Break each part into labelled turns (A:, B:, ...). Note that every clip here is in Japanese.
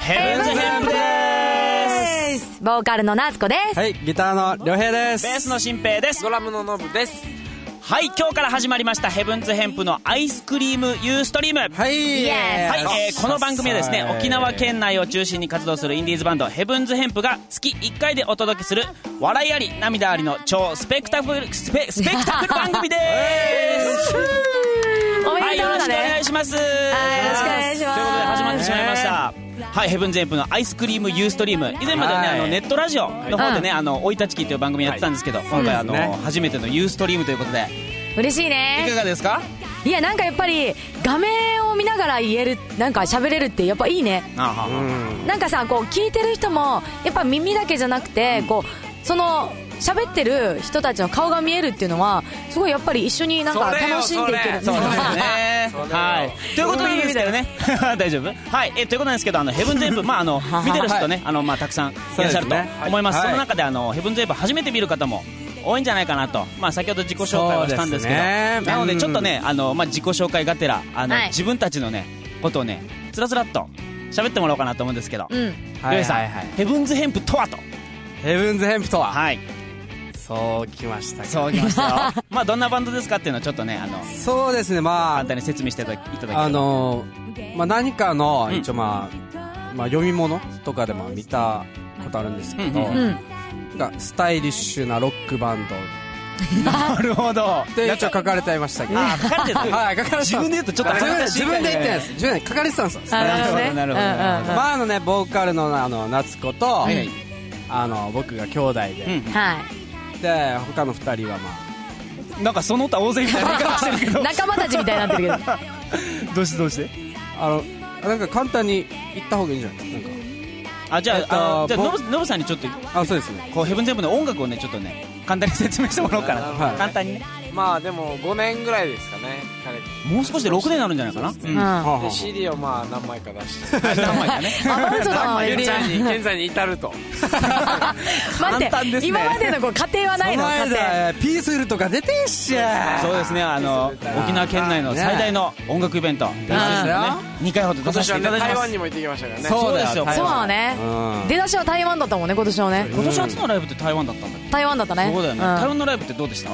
A: ヘブンズヘンプです
B: ボーカルのナーツコです。
C: はい、ギターの良平です。
A: ベースの新平です
D: ドラムのノブです。
A: はい今日から始まりましたヘブンズヘンプのアイスクリームユーストリーム
C: はい、
B: イエ
A: はい、えーこの番組はですね沖縄県内を中心に活動するインディーズバンドヘブンズヘンプが月1回でお届けする笑いあり涙ありの超スペクタクルスペスペクタクル番組です
B: お
A: は
B: めで
A: いよ
B: とう
A: ろし
B: だ
A: くお願
B: ね。
A: いします
B: はいよろしくお願いします
A: ということで始まってしまいましたはい、ヘブンズヘンプのアイスクリームユーストリーム以前まではね、
C: はい
A: あのネットラジオの方でね「あの生い立ちキ」という番組やってたんですけど、今回あの、
C: そうですね
A: 初めてのユーストリームということで
B: 嬉しい
A: いか
B: ね。
A: がですか
B: いや、なんかやっぱり、画面を見ながら言える、なんか喋れるって、やっぱいいね。
A: あはは
B: なんかさこう聞いてる人もやっぱ耳だけじゃなくて、こうその喋ってる人たちの顔が見えるっていうのはすごいやっぱり一緒になんか
D: それよ
B: 楽しんでいける
D: そ
A: そう
D: れ
A: ですよね
D: そう。だよ
A: はい。ということなんですけどね。大丈夫はい。え、ということなんですけど、あの、ヘブンズエ ブ、まあ、あの、見てる人ね、あの、まあ、たくさんいらっしゃると
C: そうですね
A: 思います。
C: はい
A: その中で、あの、ヘブンズエブ初めて見る方も、多いんじゃないかなと、まあ、先ほど自己紹介をしたんですけど
C: そうですね
A: なのでちょっとね、あのまあ、自己紹介がてらあの、
B: はい
A: 自分たちのねことをねつらつらっと喋ってもらおうかなと思うんですけど、
B: うん
A: りょうえさん、ヘブンズヘンプとはと
C: ヘブンズヘンプとは、
A: はい
C: そうきました
A: そうきましたよ まあどんなバンドですかっていうのをちょっとねあの
C: そうですね、ま
A: 簡
C: あ、
A: 単に説明していただきいただき
C: あのー、まあ何かの、
A: うん
C: 一応まあ、まあ読み物とかでも見たことあるんですけど、
A: うんうん
B: うん
C: なんかスタイリッシュなロックバンドっ
A: なるほど
C: て一応書かれていましたけど、
A: あ書かれてた
C: はい、書かれてたんです
A: 自分で言うとちょっと
C: 自分で
A: 恥ずかしい
C: 自分で言ってんです。自分で書かれてたんですよ。
B: あ
A: なるほどなるほどなる
B: ほ
C: まああのね、ボーカルのあの、夏子と、
A: はいはい
C: あの、僕が兄弟
A: う
C: で、
A: ん
B: はい
C: で、他の二人はまあ、
A: なんかその他大勢みたいな顔してるけど
B: 仲間たちみたいになってるけど
A: どうしてどうして
C: あのなんか簡単に言った方がいいんじゃないなんか
A: あじゃあ,、
C: えっと
A: あのじゃあノ
C: ぼ
A: ブノブさんにちょっと
C: あそうですね
A: こうヘブンゼブンの音楽をねちょっとね簡単に説明してもらおうかな、
C: はい
A: 簡単にね
D: まあでも5年ぐらいですかね。
A: もう少しで6年になるんじゃないかな、
B: うんあ
D: 彼で CD をまあ何枚か出して。
A: 何枚か ね
B: 本当だ
D: ユニ
B: めっちゃ
D: アに現在に至ると。
B: 待っ
A: 簡単です
B: て
A: ね
B: 今までのこう過程はないの過程
C: ピースフルとか出てんっしゃ
A: そうですねあの沖縄県内の最大の音楽イベント
C: すよ
A: 2回ほど出
D: 今
A: させ
D: 年
A: てた
D: はいね
A: だき
D: 台
A: ま
D: 湾
A: す
D: にも行ってきましたからね。
C: そう
A: そう
C: だ
A: で
C: よ
A: すよ
C: 台
B: そう
C: 湾
B: なのね
C: うん
B: 出だしは台湾だったもんね今年はね
A: 今年初のライブって台湾だったんだっけ
B: 台湾だったね
A: そうだよね、
B: ん
A: 台湾のライブってどうでした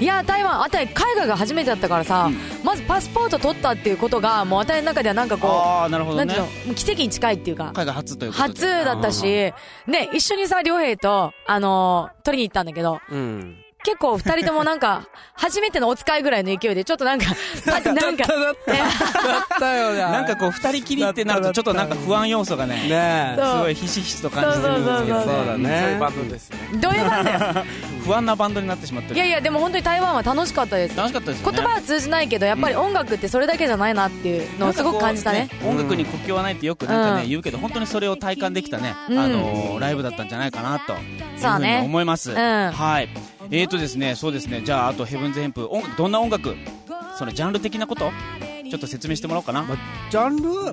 B: いや台湾あたり海外が初めてだったからさ、まずパスポート取ったっていうことがもうあたりの中ではなんかこ
A: ああなる
B: う
A: ほど
B: なん
A: ね
B: ていうのもう奇跡に近いっていうか
A: 海外初ということで
B: 初だったし、ね、一緒にさ、良平と、あのー取りに行ったんだけど、
C: うん
B: 結構二人ともなんか、 初めてのお使いぐらいの勢いで、ちょっと なんか、あなんか、
C: だったよね
A: なんかこう二人きりってなるとちょっとなんか不安要素がね
C: ね
A: す
C: え
B: そう
A: ごいひしひしと感じてるんですけど
C: そうだ
D: そういう
C: ね
D: バンドですね。
B: どういう感じだよ。
A: 不安なバンドになってしまってる
B: いやいや、でも本当に台湾は楽しかったです。
A: 楽しかったですよ
B: 言
A: ね
B: 葉は通じないけど、やっぱり音楽ってそれだけじゃないなっていうのをすごく感じたね。
A: 音楽に国境はないってよくなんかね、
B: うん
A: 言うけど本当にそれを体感できたね、
B: うん
A: あのーライブだったんじゃないかなと
B: そう
A: いうふう
B: ね
A: に思います、
B: うん
A: はいえーとですねそうですねじゃああとヘブンズヘンプ音楽どんな音楽そのジャンル的なことちょっと説明してもらおうかな、
C: まジャンルはまあ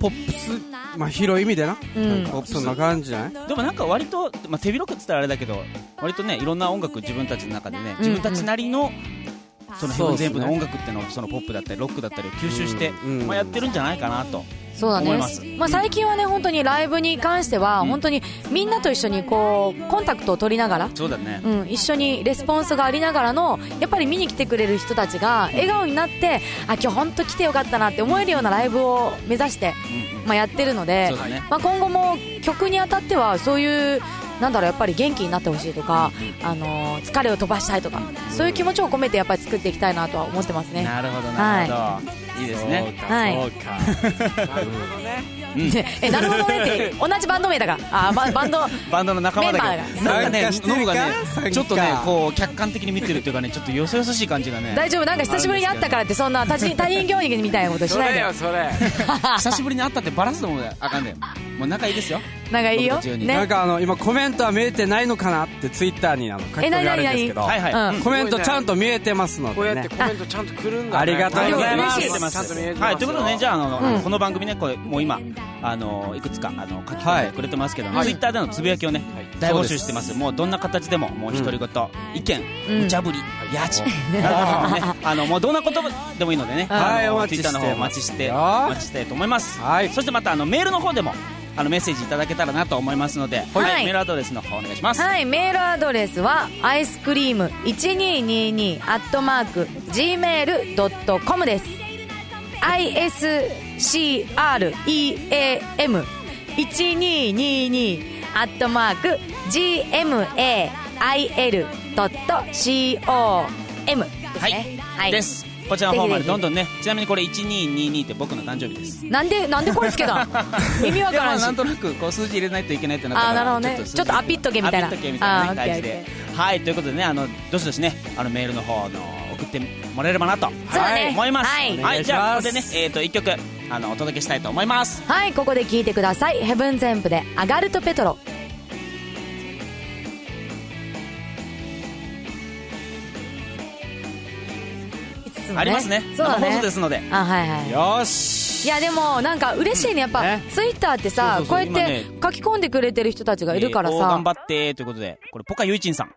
C: ポップスまあ広い意味でな
B: うん
C: なんかそんな感じじゃない
A: でもなんか割と、まあ、手広くっつったらあれだけど割とねいろんな音楽自分たちの中でね自分たちなりの、そのヘブンズヘンプの音楽っていうのをそのポップだったりロックだったりを吸収して、
C: うんうん
A: まあ、やってるんじゃないかなと
B: そうだね
A: 思います
B: まあ、最近はね本当にライブに関しては本当にみんなと一緒にこうコンタクトを取りながら、
A: そうだね
B: うん、一緒にレスポンスがありながらのやっぱり見に来てくれる人たちが笑顔になってあ今日本当来てよかったなって思えるようなライブを目指して、
A: うんうん
B: まあ、やってるので
A: そう、だね
B: まあ、今後も曲にあたってはそういうなんだろうやっぱり元気になってほしいとか、あのー疲れを飛ばしたいとかそういう気持ちを込めてやっぱり作っていきたいなとは思ってますね。
A: なるほどなるほど、い、いですね
B: はい
C: そうか
B: えなるほどねって同じバンド名だからあ、ま、バンド
A: バンドの仲間だ
B: メンバ
A: け
B: ー
A: ど
B: が
A: なんか
C: 参
A: ね
C: 加してる
A: ノ
C: か
A: ブが
C: 参
A: ね
C: 加
A: ちょっとねこう客観的に見てるっていうかねちょっとよそよそしい感じがね
B: 大丈夫なんか久しぶりに会ったからってそんな他人他人行儀みたいなことし
D: そ
B: ない
D: れ
B: で
D: よそれ。
A: 久しぶりに会ったってバラすのもあかんだよもう仲いいですよ
B: なんかいい
A: 僕
B: よ
A: たちように
C: なん
B: ね
C: かあの今コメントは見えてないのかなってツイッターにあの書き込みがあるんですけど
A: はいはい、
B: うん
A: うん
C: コメントちゃんと見えてますの
D: こうや
C: で
D: っ
C: ね
D: てコメントちゃんと来るんだね。
C: ありがとうございます
D: ありがとうございま
A: ちゃん
D: す
A: と
D: ちゃんと
A: 見え
D: 見え
A: てます
D: てます
A: はい、ということでね、じゃあ、あの、
B: うん
A: この番組ね、これ、もう今、あの、いくつか、あの、書き
C: は
A: 込ん
C: い
A: でくれてますけども、ツイッターでのつぶやきをね、大募集してます。もう、どんな形でも、もう、独り言、意見、無茶ぶり、やじ、などなど ね、あの、もう、どんなことでもいいのでね、
C: はい
A: あの
C: お待
A: ツイ
C: ち
A: ッター
C: してます
A: の方お待ちして、
C: よ
A: お待ちしたいと思います。
C: はい
A: そしてまた、あの、メールの方でも、あのメッセージいただけたらなと思いますので、はいメールアドレスの方お願いします。
B: はい、メールアドレスはアイスクリーム1222アットマーク gmail.com です ISCREAM 1222アットマーク gmail.com ですね
A: はい、です。こちらの方までどんどんね、ちなみにこれ1222って僕の誕生日です。
B: なんでなんでこれつけ たん意味わ
A: で
B: から
A: ま
B: ん
A: あ
B: し
A: なんとなくこう数字入れないといけないってなったか
B: あー
A: ら
B: なるほどね
A: 数字
B: ちょっとアピっとけみたいな
A: アピっとけみたいな
B: あー
A: 感じで
B: OK
A: はいということでねあのどしどしねあのメールの方の送ってもらえればなと
B: そうだね
A: はい思います
B: はい
A: はいじゃあ
C: お
A: ここ
C: 願
A: で
C: い
A: ね
C: します
A: えっと一曲あのお届けしたいと思います
B: はいここで聞いてくださいヘブンゼンプでアガルトペトロ五つも
A: ありますね
B: そうだ
A: 生
B: ね
A: 放送ですので
B: あはいはい
C: よし
B: いやでもなんか嬉しいねやっぱ、
C: ね
B: ツイッターってさ
A: そうそうそう
B: こうやって
A: 今
B: 書き込んでくれてる人たちがいるから
A: えーこう
B: さ
A: 頑、張ってということでこれポカユイチンさん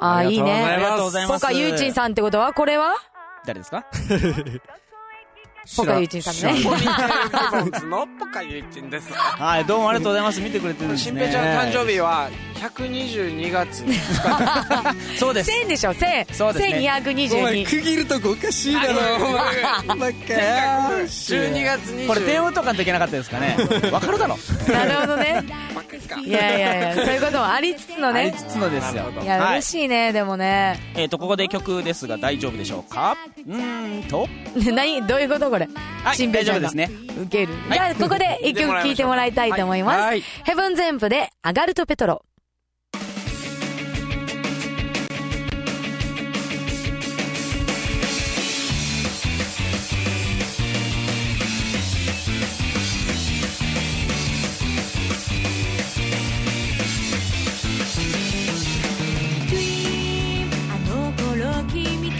B: ああいい
A: あり
B: ね
A: がとうございま
B: ポ
A: す
B: カユーチンさんってことはこれは
A: 誰ですか
B: ポカユーチンさんね
D: ポニーテールリボンズのポカユイチンです。
A: はいどうもありがとうございます見てくれてるんです
D: 新
A: ね
D: 平ちゃんの誕生日は122月2日
A: そうです
B: 1000でしょ1000
A: そうですね
C: お前
B: 1222
C: 区切るとこおかしいだろお前 バカよし
D: 12月20日
A: これ電話とかできなかったですかねわかるだろ
B: なるほどね
D: バカか、
B: いやいやいやそういうこともありつつの
A: あり
B: ね
A: つつのですよ
B: い
A: は
B: や
A: い
B: 嬉しいねでもね
A: えー、とここで曲ですが大丈夫でしょうかうーんと
B: 何どういうことこれ
A: はい
B: 新平ちゃんが
A: 大丈夫ですね
B: ウケる
A: はい
B: じゃあここで一曲聴いてもらいたいと思います、
C: はい
B: ヘブンゼンプで「アガルトペトロ」
E: Dream あの頃君と語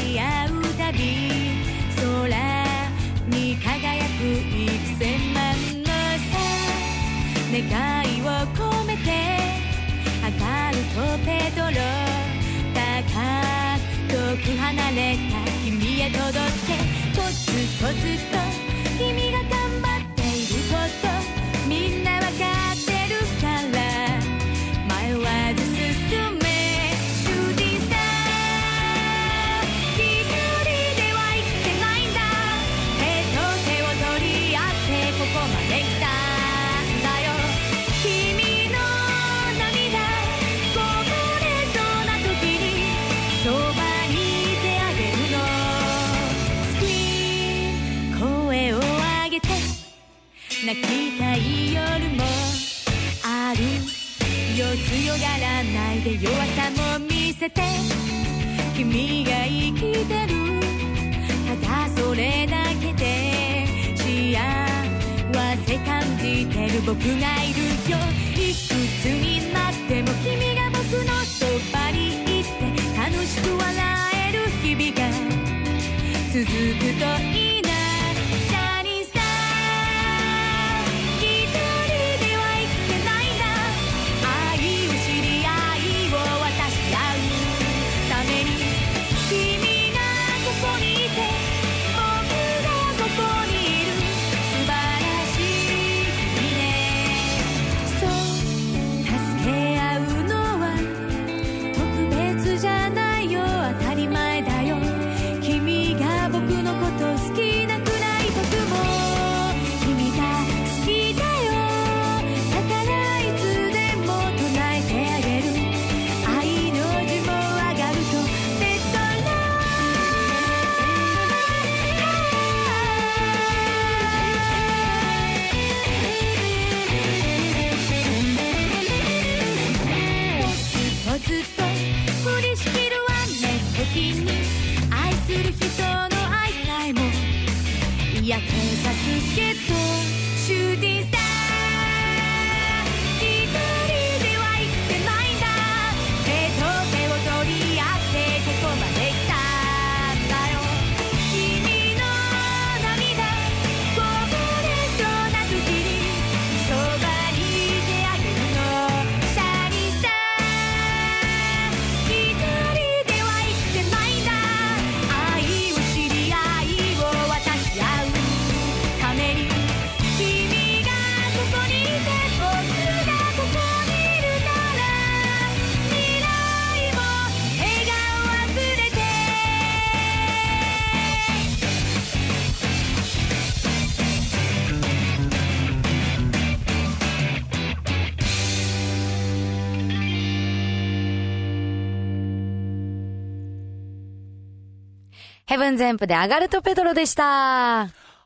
E: り合うたび空に輝く幾千万のさ願いを込めて上がるとペドロ高く離れた君へ届けコツコツと君が頑張っていることみんなわかってるから迷わず進め Shooting Star 一人では生きてないんだ手と手を取り合ってここまで来たんだよ君の涙こぼれそうな時にそばにいてあげるの Scream 声を上げて泣きたい夜もあるよ強がらないで弱さも見せて君が生きてるただそれだけで幸せ感じてる僕がいるよいくつになっても君が僕のそばにいて楽しく笑える日々が続くといいな「シャニーさん」「一人では生きてないんだ」「愛を知り愛を渡し合うために」「君がここにいて僕がここにいる」「素晴らしいね」「そう助け合うのは」特別じゃないよ当たり前だよ君が僕のこと好きなくらい僕も君が好きだよだからいつでも唱えてあげる愛の字も上がるとベッドラもうずっと振りしきるわね時に愛する人の愛さえも嫌気さすけどシューティンさ一人では生きてないんだ手と手を取り合ってここまで来たんだよ君の涙こぼれそうな時にそばにいてあげるのシャリさ「一人では生きてないんだ」「愛を知り愛を渡し合うために」
B: ヘブンゼンプで上がるとペトロでした。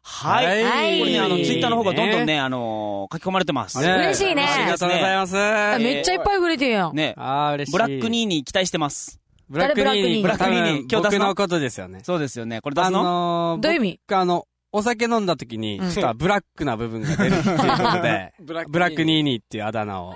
A: はい。
B: はい
A: これね、あの、
B: ね
A: ツイッターの方がどんどんね、あのー書き込まれてます。
C: ね
B: 嬉しいね
C: ありがとうございます。
B: あめっちゃいっぱい触れてるやん。
A: ね。
C: あー嬉しい。
A: ブラックニーに期待してます。
C: ブラックニーニ。
A: 誰ブラックニーニ
C: 多
A: 今
C: 分
A: 日出す
C: 僕
A: の
C: のことですよね。
A: そうですよね。これ出
C: あ
A: すの、
C: のー、
B: どういう意味
C: 僕あの、お酒飲んだ時に、
B: うん
C: ちょっとブラックな部分が出るっていうこ とで
D: ブラックニーニ
C: ブラックニーニーっていうあだ名を、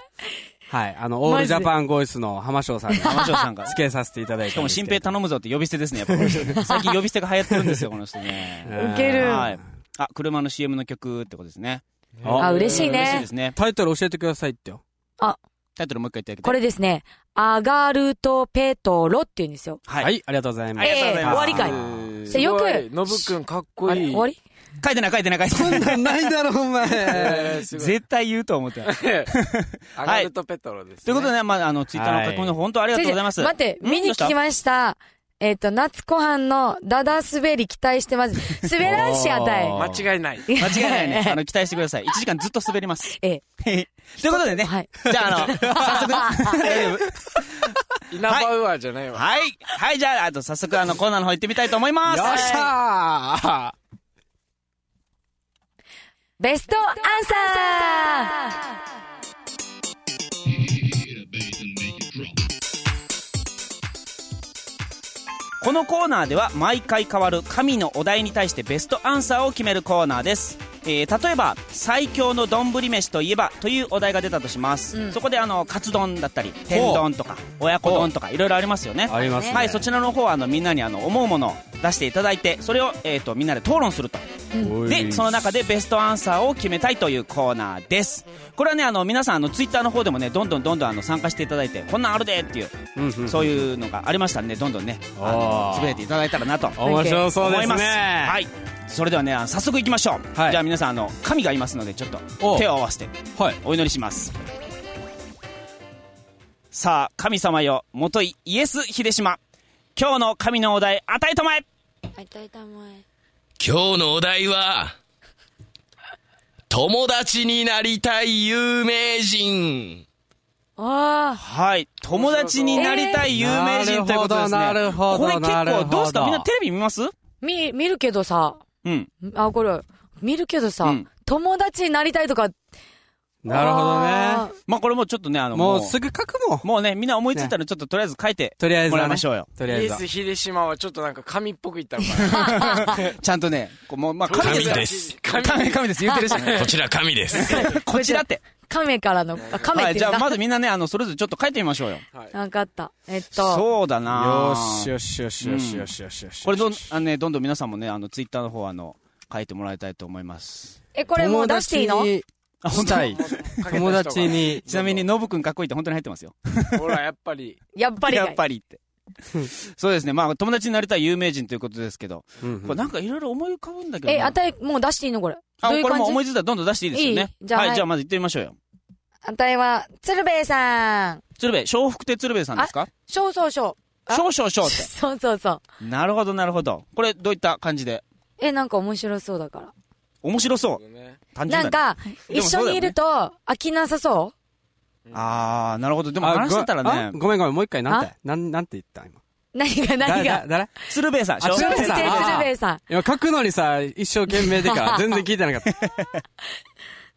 C: はい、あの、オールジャパンゴイスの浜翔さんに
A: 浜翔さんが。
C: 付けさせていただいて。
A: しかも、新平頼むぞって呼び捨てですね、やっぱこの人ね最近呼び捨てが流行ってるんですよ、この人ね。
C: ウ
B: ける
A: はい。あ、車の CM の曲ってことですね。
B: あ、嬉しい
A: 嬉しい
B: ね
A: で。すね。
C: タイトル教えてくださいってよ。
A: タイトルもう一回言ってあげて。
B: これですね、上がるとペトロって言うんですよ。
A: は。
C: はいい、ありがとうございます。
A: ありがとうございます
B: ええ終わりかい
D: すごい
B: よく
D: ノブくんかっこ
B: あ
D: い
B: れ
D: い。
B: 終わり
A: 書いてない書いてない書いてない。
C: ないだろ、お
D: え
C: 前。
D: ーす ごい。
A: 絶対言うと思ってない。
D: アガルトペトロですね。
A: ということでね、まあ、あの、ツイッターの書き込みの方本当ありがとうございます。
B: ちょちょ待って、
A: うん
B: 見に来ました。えっと、夏湖畔のダダ滑り期待してます。 滑らんしやたい。
C: おー
D: 間違いない。
A: 間違いないね。あの、期待してください。1時間ずっと滑り ます。
B: ええ。
A: という ことでね。
B: はい
A: じゃあ、 あの、早速。
D: イナバウアーじゃないわ。
A: はい。はい、じゃあ、あと早速、あの、コーナーの方行ってみたいと思います。
C: よっしゃ
B: ベストアンサ
A: このコーナーでは毎回変わる神のお題に対してベストアンサーを決めるコーナーです、えー例えば「最強の丼飯といえば」というお題が出たとします、そこであのカツ丼だったり天丼とか親子丼とかいろいろありますよね
C: ありますね
A: はい、そちらの方はあのみんなにあの思うものを出していただいてそれを、えー、とみんなで討論すると
C: ー
A: でその中でベストアンサーを決めたいというコーナーですこれはねあの皆さんあのツイッターの方でもねどんどんどんどんあの参加していただいてこんなんあるでっていう
C: うんうん
A: そういうのがありましたんでどんどんねあの
C: あー
A: 潰れていただいたらなと
C: 面白そう
A: 思
C: で
A: い
C: す
A: ます
C: ね。
A: はいそれではねあの早速いきましょう、
C: はい
A: じゃあ皆さんあの神がいますのでちょっと
C: お
A: 手を合わせて
C: はい。
A: お祈りしますさあ神様よもといイエス秀島今日の神のお題与えたまえ
F: 今日のお題は、友達になりたい有名人。
B: ーああ、
A: はい友達になりたい有名人ということですね
C: なるほ
A: これ
C: どなるほどなる
A: 結
C: ほ
A: 構
C: ど
A: どうしたみんなテレビ見ます
B: み、見るけどさ、
A: うん
B: あ、これ、見るけどさ、
A: うん
B: 友達になりたいとか。
C: なるほど
B: あ
C: ね。
A: まあこれもうちょっとねあの
C: もう
A: もう
C: すぐ書くもん。
A: もうねみんな思いついたらちょっととりあえず書いて
C: とりあえず
A: も
C: はね
A: らいましょうよ
C: と
D: イ
C: りあえ
D: エ
C: ずは
D: ス。秀島はちょっとなんか神っぽく言ったのか
A: ちゃんとね、こうもう、まあ、
D: な。
A: 神ですよ。
F: です
D: 神
A: 神、神です。言ってるし。
F: こちら神です。
A: こちらって。
B: 亀からの、あ亀
A: は
B: っ
A: い、
B: て
A: じ
B: 言う
A: ゃあ
B: んだ。
A: まずみんなね、あの、それぞれちょっと書いてみましょうよ。
B: わかった。えっと、
A: そうだな
C: よしよしよしよしよしよしよし。
A: これどん、あのね、どんどん皆さんもね、あの、ツイッターの方、あの、書いてもらいたいと思います。
B: え、これもう出していいの
C: 友達
A: あ、
C: にしたい。友達。に。
A: ちなみに、ノブくんかっこいいって本当に入ってますよ。
D: ほら、やっぱり。
B: やっぱりかい。
A: やっぱりって。そうですね。まあ、友達になりたい有名人ということですけど、
C: うんうん
A: これなんかいろいろ思い浮かぶんだけどな。
B: え、あたい、もう出していいのこれ。
A: あ、
B: どういう
A: これ
B: 感
A: も
B: じ
A: 思いついたらどんどん出していいですよね。
B: いいじゃあ
A: は、
B: はいい
A: じゃあまず行ってみましょうよ。
B: あたいは、鶴瓶さん。
A: 鶴瓶、笑福亭鶴瓶さんですか
B: そうそうそう。あ
A: 少々少って。
B: そうそうそう。
A: なるほど、なるほど。これ、どういった感じで
B: え、なんか面白そうだから。
A: 面白そう。単
B: な
A: 純
B: ん
A: だ、ね。
B: か、
A: で
B: 一
A: もそう
B: 緒
A: だよね
B: にいると飽きなさそ
A: ああ、なるほど。でも
C: あ
A: 話してたら
C: ごあ
A: ね、
C: ごめんごめん、もう一回、なんて、なん、なんて言った今。
B: う何が何
C: だ
B: が。
C: 誰
A: 鶴瓶さん、
C: あ
A: 小
B: 鶴
A: 学
B: 瓶
A: 生
B: さ
C: 鶴瓶さ
B: ん、
C: んあ
B: 鶴瓶さん。
C: 今書くのにさ、一生懸命で から、全然聞いてなかった。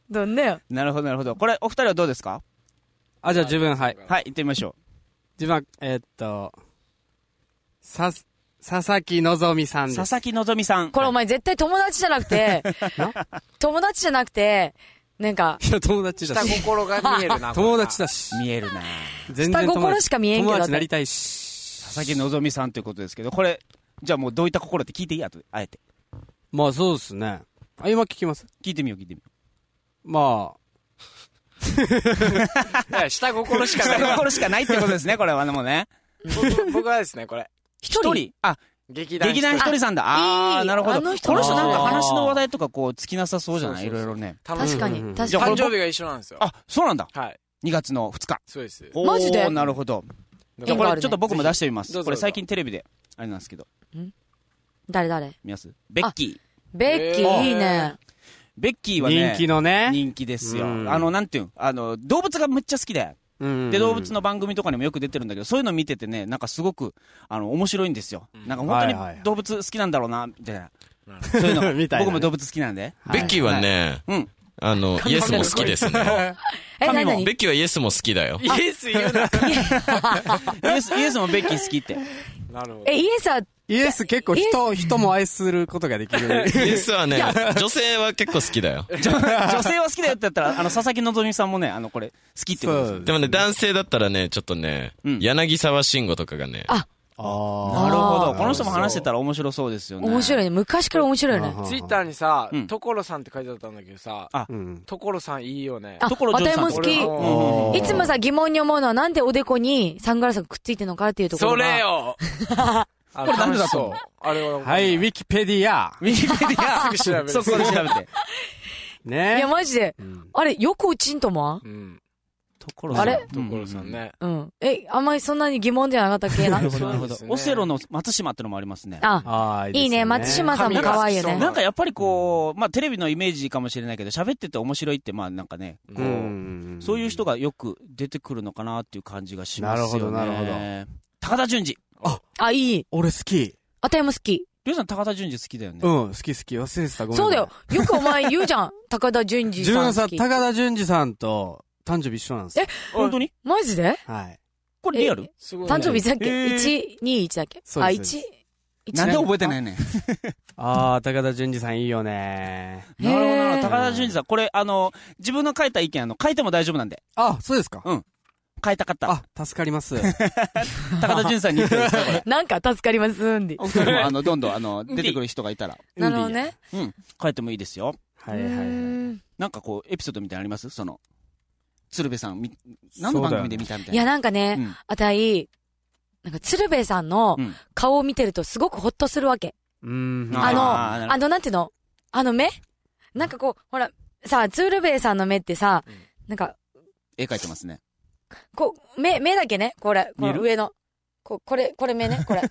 B: どんなよ。
A: なるほど、なるほど。これ、お二人はどうですか
C: あ、じゃあ自分、はい。
A: はい、行ってみましょ
C: 自分は、えーっと、さ、佐々木希さん
A: う。
C: です。
A: 佐々木希さん。
B: これお前絶対友達じゃなくて、友達じゃなくて、なんか、
C: いや、友達だ
D: 下
C: し。
D: 心が見えるな。
C: 友達
D: だ。
C: だし。
A: 見えるな
C: 全然
B: 下
C: 友達
B: 心しか見えんけど
C: 友達なりたいし。
A: 佐々木希さんということですけど、これ、じゃあもうどういった心って聞いていいあと、あえて。
C: まあそうですね。あ、今聞きます。
A: 聞いてみよう、聞いてみよ
C: ま
D: いや下心し
A: う。
D: かない。
A: 心しかないってことですね、これはもうね。
D: 僕僕はですね、これ。
A: 一
B: 人
A: 人あ、
D: 劇団
A: 劇団ひとりさんだ。ああ、
B: いい
A: なるほど。
B: あの人
A: この人なんか
C: あー
A: 話の話題とかこう、尽きなさそうじゃないい
D: そうそ
A: ろいろ
D: うそ
A: ね。
D: 楽
B: 確
D: しい
B: か
C: うんうんう
B: に、
C: ん
B: 確
A: じゃあ
B: か
A: こ
D: 誕
A: れ
B: に。
D: 生日が一緒なんですよ。
A: あ、そうなんだ。
D: はい。
A: 2月の2日。
D: そうです。
B: マジで
A: おーなるほど。じ
B: 縁
A: ゃあ
B: があ
A: これ
B: る
A: ちょっ
B: ね
A: と僕も出してみます。
D: ぜひどうぞ
A: これ最近テレビで、あれなんですけど、
B: 誰誰
A: 見ますベッキー。
B: ベッキ
D: え
B: ー、
D: ー
B: いいね。
A: ベッキー
C: あ、
A: はね、
C: 人気のね。
A: 人気ですよ。
C: うん
A: あの、なんていうん、あの、動物がめっちゃ好きで、
C: うん
A: で動物の番組とかにもよく出てるんだけどそういうの見ててねなんかすごくあの面白いんですよ、なんか本当
C: はいはいは
A: に
C: い
A: 動物好きなんだろうなみたいな
D: な
A: そういう
C: みた
A: の
C: いなね
A: 僕も動物好きなんで
F: ベッキーはね、
A: うん
F: あの、イエスも好きですね。
B: え、な
A: 神
B: に
A: も
B: なに
F: ベッキーはイエスも好きだよ。
D: イエス言うな。
A: イエスイエスもベッキー好きって
D: なるほど。
B: え、イエスは、
C: イエス結構人、人も愛することがで きる。
F: イエスはね、女性は結構好きだよ。
A: 女性は好きだよってやったらあの佐々木希さんもねあのこれ好きってことですよ
F: でもね、男性だったらね、ちょっとね、
A: うん
F: 柳沢慎吾とかがね、
B: あ、
C: あ
A: なるほど
B: あー
A: この人も話してたら面白そうですよね
B: 面白いね。昔から面白いよね。
C: あ
D: ツイッターにさ
A: うん、
D: 所さんって書いてあったんだけどさ、
A: あ
C: あ。うん。
D: 所さんいいよね。
B: あ、
A: ところジョージ
B: 私
A: さん
B: も好き。
D: 俺
A: うんうんうん
B: いつもさ、疑問に思うのは、なんでおでこにサングラスがくっついてるのかっていうところ
D: そ
B: が。
D: れ よこ
A: れなんでだと思う
D: あれは、
C: はい、ウィキペディア。
A: ウィキペディア
D: すぐ調べる
A: そこで調べて
B: い
C: ね
B: や、マジで。あれ、よく落ちんと思わん
D: うん。
A: 所さん
B: あれ
D: 所さんね。
B: うん。え、あんまりそんなに疑問じゃなかったっけな
A: なるほどなるほど
D: そうですね
A: オセロの松島っての もありますね
B: あ、
C: ああ、いいですね。
B: いいね。松島さんも可愛いよ
D: 髪
B: ね
D: が。
A: なんかやっぱりこう、まあテレビのイメージかもしれないけど、喋ってて面白いって、まあなんかね、こ
C: う
A: う、
C: ん。
A: そういう人がよく出てくるのかなっていう感じがしますよね。
C: なるほど
A: な
C: な
A: るほど。高田純次。
B: あ、いい。
C: 俺好き。
B: あたいも好き。
A: りょうさん高田純次好きだよね。
C: うん、好き好き。忘れてた、ごめん。
B: そうだよ。。よくお前言うじゃん。 高田純次
C: 自
B: さ
C: 分
B: ん
C: さ、
B: 好き。
C: 高田純次さんと誕生日一緒なんですよ。
A: 本当に
B: マジで
C: はい。
A: これリアル
D: すごいね。
B: 誕生日だっけ
A: へー
B: ?121 だっけ
C: そう
B: あ、
C: ですそう
B: 1。
A: なんで覚えてないいね。
C: ああ、高田純次さんいいよね。
A: なるほどなるほ
B: へ
A: ど。
B: ー
A: 高田純次さん、これあの、自分の書いた意見、あの、書いても大丈夫なんで。
C: あ、そうですか。
A: 書いたかった。
C: あ、助か ります。
A: 高田純次さんに言ってくださいこれ
B: なんか助かりますんで。
A: お二人も、あの、どんどん、あの、出てくる人がいたら、
B: なるほどね。
A: うん、書いてもいいですよ。
C: は
B: う
C: いはいはい。
B: ーん
A: なんかこう、エピソードみたいなのありますその、鶴瓶さん、み何の番組で見たみたい
B: い
A: な。
B: や、なんかね、
A: うん
B: あたい、なんか鶴瓶さんの
A: うん
B: 顔を見てるとすごくホッとするわけ。
C: うん。
A: あ
B: あの、
A: ーなる
B: あ
A: ほ
B: の、なんていうのあの目なんかこう、ほら、さ、鶴瓶さんの目ってさ、
D: うん
B: なんか、
A: 絵描いてますね。
B: こう、目、目だけね、これ、こ
A: 見
B: の
A: る
B: 上の。こ、これ、これ目ね、 これ。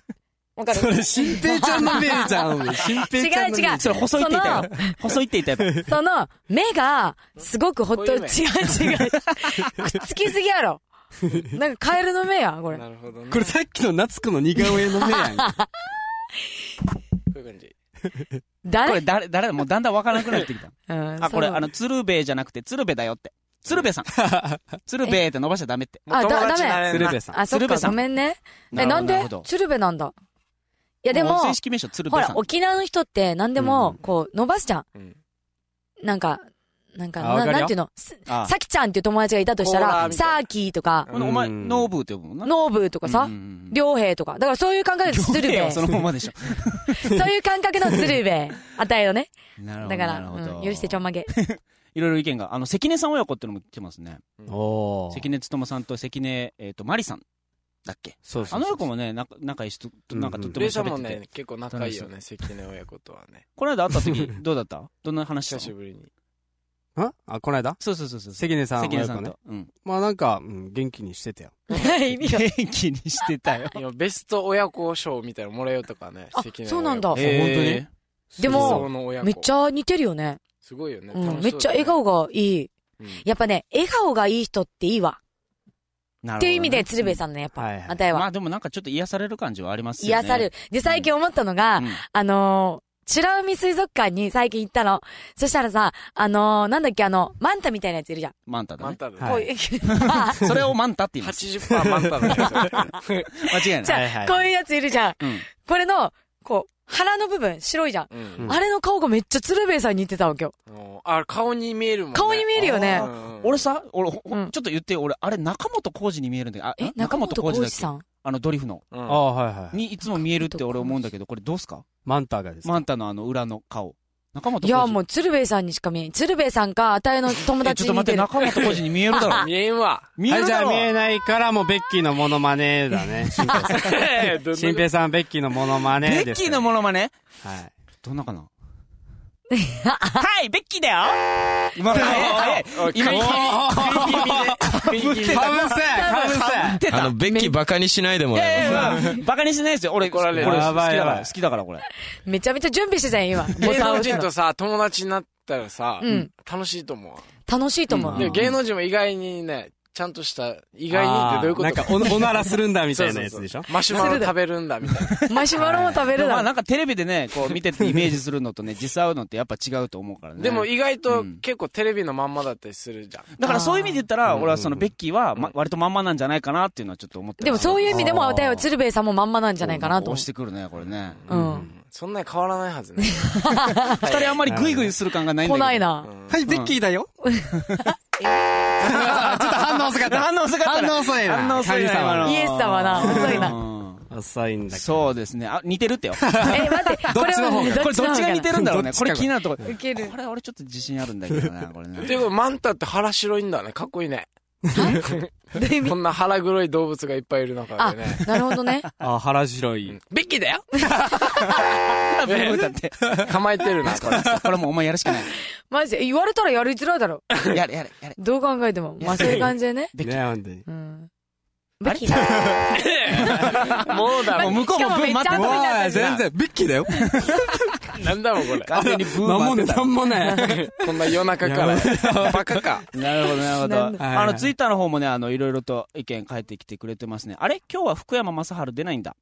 B: わかる
C: それ、新平ちゃんの目じゃん。新平ちゃんの目
B: 違う違う
A: それ細いって言ったよ。細いって言っ たよ。
B: その、目が、すごくほっと、
D: こう
B: 違
D: いう
B: う違う。
D: 目
B: くっつきすぎやろ。なんかカエルの目や、これ。
D: なるほどね。
C: これさっきの夏子の似顔絵の 目やん。
D: こういう感じ。
A: こ
B: 誰
A: れ誰、誰だもうだんだんわからなくなっ てきた。
B: うん
A: あ、これ、
B: そう
A: あの、鶴瓶じゃなくて、鶴瓶だよって。鶴瓶さん。鶴瓶って伸ばしちゃダメって。
D: もう
B: あだ
D: 友達になれん
C: 鶴
D: な
C: 瓶さん。
B: あ、そっ
A: 鶴瓶
B: か、
A: さん
B: ごめんね。え、なん
A: な
B: で
A: るほど
B: 鶴瓶なんだ。いや、でも
A: う、正式名称鶴
B: ほ
A: 瓶
B: ら
A: さ、ん。
B: 沖縄の人って何でも、こう、伸ばすじゃん。
D: うん
B: なんか、なんか、
C: あわ
B: な
C: かるよ
B: なんていうの、す
A: ああ
B: さきちゃんっていう友達がいたとした
D: コーラ
B: ら、
D: ーみたいな
B: さーきーとか、
A: お前、
C: うん
A: ノーブーって呼ぶもんな。
B: ノーブーとかさ
A: うんう、ん
B: りょうへいとか。だからそういう感覚
A: う
B: の
A: ん
B: 鶴
A: 両手
B: 瓶。
A: は
B: そ
A: そのままでしょ。
B: ういう感覚の鶴瓶。あたいのね。
A: なるほ
B: だ
A: ど。
B: から、
A: なる
B: う
A: ほど
B: ん許してちょんまげ。
A: いろいろ意見が。あの、関根さん親子ってのも来てますね。
C: おー
A: 関根勤さんと関根、えっと、マリさん。だっけ
C: そうそ
A: あ
C: う
A: の親子もね、なんか、仲いいしと、なんかとっても
D: レイさん
A: 喋
D: も
A: ってて
D: ね。、結構仲いいよね、関根親子とはね。
A: この間会った時、どうだったどんな話
D: 久
A: した
D: し
A: の
D: ぶりに。
C: んあ、この間
A: そうそうそうそう。
C: 関根さん。
A: 関根さん
C: 親
A: と
C: 子。
A: うん。
C: まあなんか、うん元気にしてたよ。
B: 意味が。
A: 元気にしてた よ。
D: 今、ベスト親子賞みたいなのもらえようとかね、
B: あ
D: 関根親子
B: そうなんだ
A: へー
B: で
D: 理
B: も
D: 想の親子
B: めっちゃ似てるよね。
D: すごいよね。
B: うん。
D: 楽
B: め
D: し
B: っ
D: そう
B: ちゃ
D: だね
B: 笑。顔がいい。
D: うん
B: やっぱね、笑顔がいい人っていいわ。
A: なるほどね
B: っていう意味で鶴瓶さんね、やっぱ。
C: はいはい
B: あたい
A: ま
B: は。
A: あでもなんかちょっと癒される感じはありますよね。
B: 癒される。で、最近思ったのが
A: う、ん。
B: あのー、白海水族館に最近行ったの。そしたらさ、あのー、なんだっけ、あの、マンタみたいなやついるじゃん。
A: マンタだ
D: マン
A: ね。
D: タだ
C: は
D: ね。
C: い
B: こう いう、あ
A: それをマンタって言 います。
D: 80%マンタだね。
A: 間違い
B: じ
A: ない。
B: ゃあ
C: はいはい
B: こういうやついるじゃん。
A: うん。
B: これの、こう、腹の部分、白いじゃん。
D: うん
B: あれの顔がめっちゃ鶴瓶さんに似てたわけよ。
D: もうあ、顔に見えるもんね。
B: 顔に見えるよね
D: うんうん
A: 俺さ、俺、ほ
B: うん
A: ちょっと言ってよ、俺、あれ、中本浩二に見えるんだけど、あ
B: え、
A: 中
B: 中
A: 本
B: 本
A: 浩
B: 浩
A: 二
B: 二
A: だっ
B: さ
A: け
B: ん
A: あの、ドリフの。
D: うん
C: ああ、はいはい。
A: にいつも見えるって俺思うんだけど、これどうすか
C: マンターがです。
A: マンタのあの裏の顔。中本
B: い
A: 浩二。
B: や、もう鶴瓶さんにしか見えん。鶴瓶さんか、あたいの友
A: えちょ
B: 達
A: っ
B: に
A: と
B: 似
A: 待ってて、
B: る。
A: 中本浩二に見える だろ。
D: 見え んわ。
A: 見え
C: はい、
A: る
C: じゃ
A: だ
C: あ見え
A: ろ。
C: ないからもうベッキーのモノマネ だね。新平さん新平さん、ベッキーのモノマネ
A: ベッ
C: です。
A: キーのモノマネ
C: はい。
A: どんなかなはい、ベッキーだよ今、早い
D: おい
A: 今、
D: おい
A: 食い気味で、食い気味で
C: かぶせかぶせ
A: 食って
F: あ
A: た
F: の、ベッキーバカにしないでも
A: い
F: らえま
A: や
F: す
A: いやいやバカにしてないですよ。俺、こ
D: 怒
A: れ
D: ら
A: 好き
D: れる
A: だ
C: やばいや
A: か
C: ば
A: ら、
C: い
A: 好きだから、これ。
B: めちゃめちゃ準備してたよ、今。 ボ
D: 芸
B: タン
D: 能
B: 押す
D: 人
B: の
D: とさ、友達になったらさ
B: うん、
D: 楽しいと思うわ。
B: 楽しいと思う。
A: うん
D: でも芸能人も意外にね、ちゃんとした、意外にってどういうこと
C: なんかお、おならするんだみたいなや
D: そ
C: つ
D: うそう
C: でし
D: そ
C: ょ
D: うマシュマロ食べるんだ みたいな。
B: マシュマロも食べ
A: で
B: る
A: もまあ
B: だ
A: なんかテレビでね、こう見ててイメージするのとね、実際会うのってやっぱ違うと思うからね。
D: でも意外と
A: うん
D: 結構テレビのまんまだったりするじゃん。
A: だからそういう意味で言ったら、俺はそのベッキーは、ま、割とまんまなんじゃないかなっていうのはちょっと思って
B: でもそういう意味でも、
A: あー
B: 私は鶴瓶さんもまんまなんじゃないかなと
A: 押
B: 思
A: してくるね、これね。
B: う。うん。
D: そんなに変わらないはずね。
A: 二人あんまりグイグイする感がないんだ
B: 来
A: けど。
B: ない。な。
C: はい、ベッキーだよ。ちょっと反応遅かった。
A: 反応遅かったな
C: 反応遅いな。
A: 反応遅いな
C: 神様の
A: 今の
B: イエスさんはな、遅いな。
C: 遅いんだけど。
A: そうですね。あ、似てるってよ。
B: え、待って、
C: どっちの方が
A: これどっちが似てるんだろうね。
C: どっち
A: こ
C: かが
A: れ気になるところ。
B: ウケる。
A: これ俺ちょっと自信あるんだけどな、これね
D: と。いうことで、マンタって腹白いんだね。かっこいいね。
B: どういう意味
D: こんな腹黒い動物がいっぱいいる中
B: あ
D: でね。、
B: なるほどね。
C: あ、腹白い。
D: ベッキーだよ
A: ブルーだって。
D: 構えてるな、これ。
A: これもうお前やるしかない。
B: マジで、言われたらやりづらいだろ。
A: やれやれやれ。
B: どう考えても。まあそういう感じでね。
A: ベッキ
C: ね、本当に。
B: うん。ベッキーが
D: もうだ
A: も
D: ろ
A: う。向こうもブー
B: しかも
A: 待って
B: めっちゃ後になっ
A: る。
B: た
C: おい全然、ベッキーだよ。
D: なんだろう、これ。
A: 完全にブー
C: なんも
A: 待
C: ね、
A: って
C: な
A: た。
C: んもね。
D: こんな夜中から。 バカか。
A: なるほど、な
B: な
A: る
B: ん
A: ほど。
C: だ
A: あの、ツイッターの方もね、あの、いろいろと意見返ってきてくれてますね。あれ今日は福山雅治出ないんだ。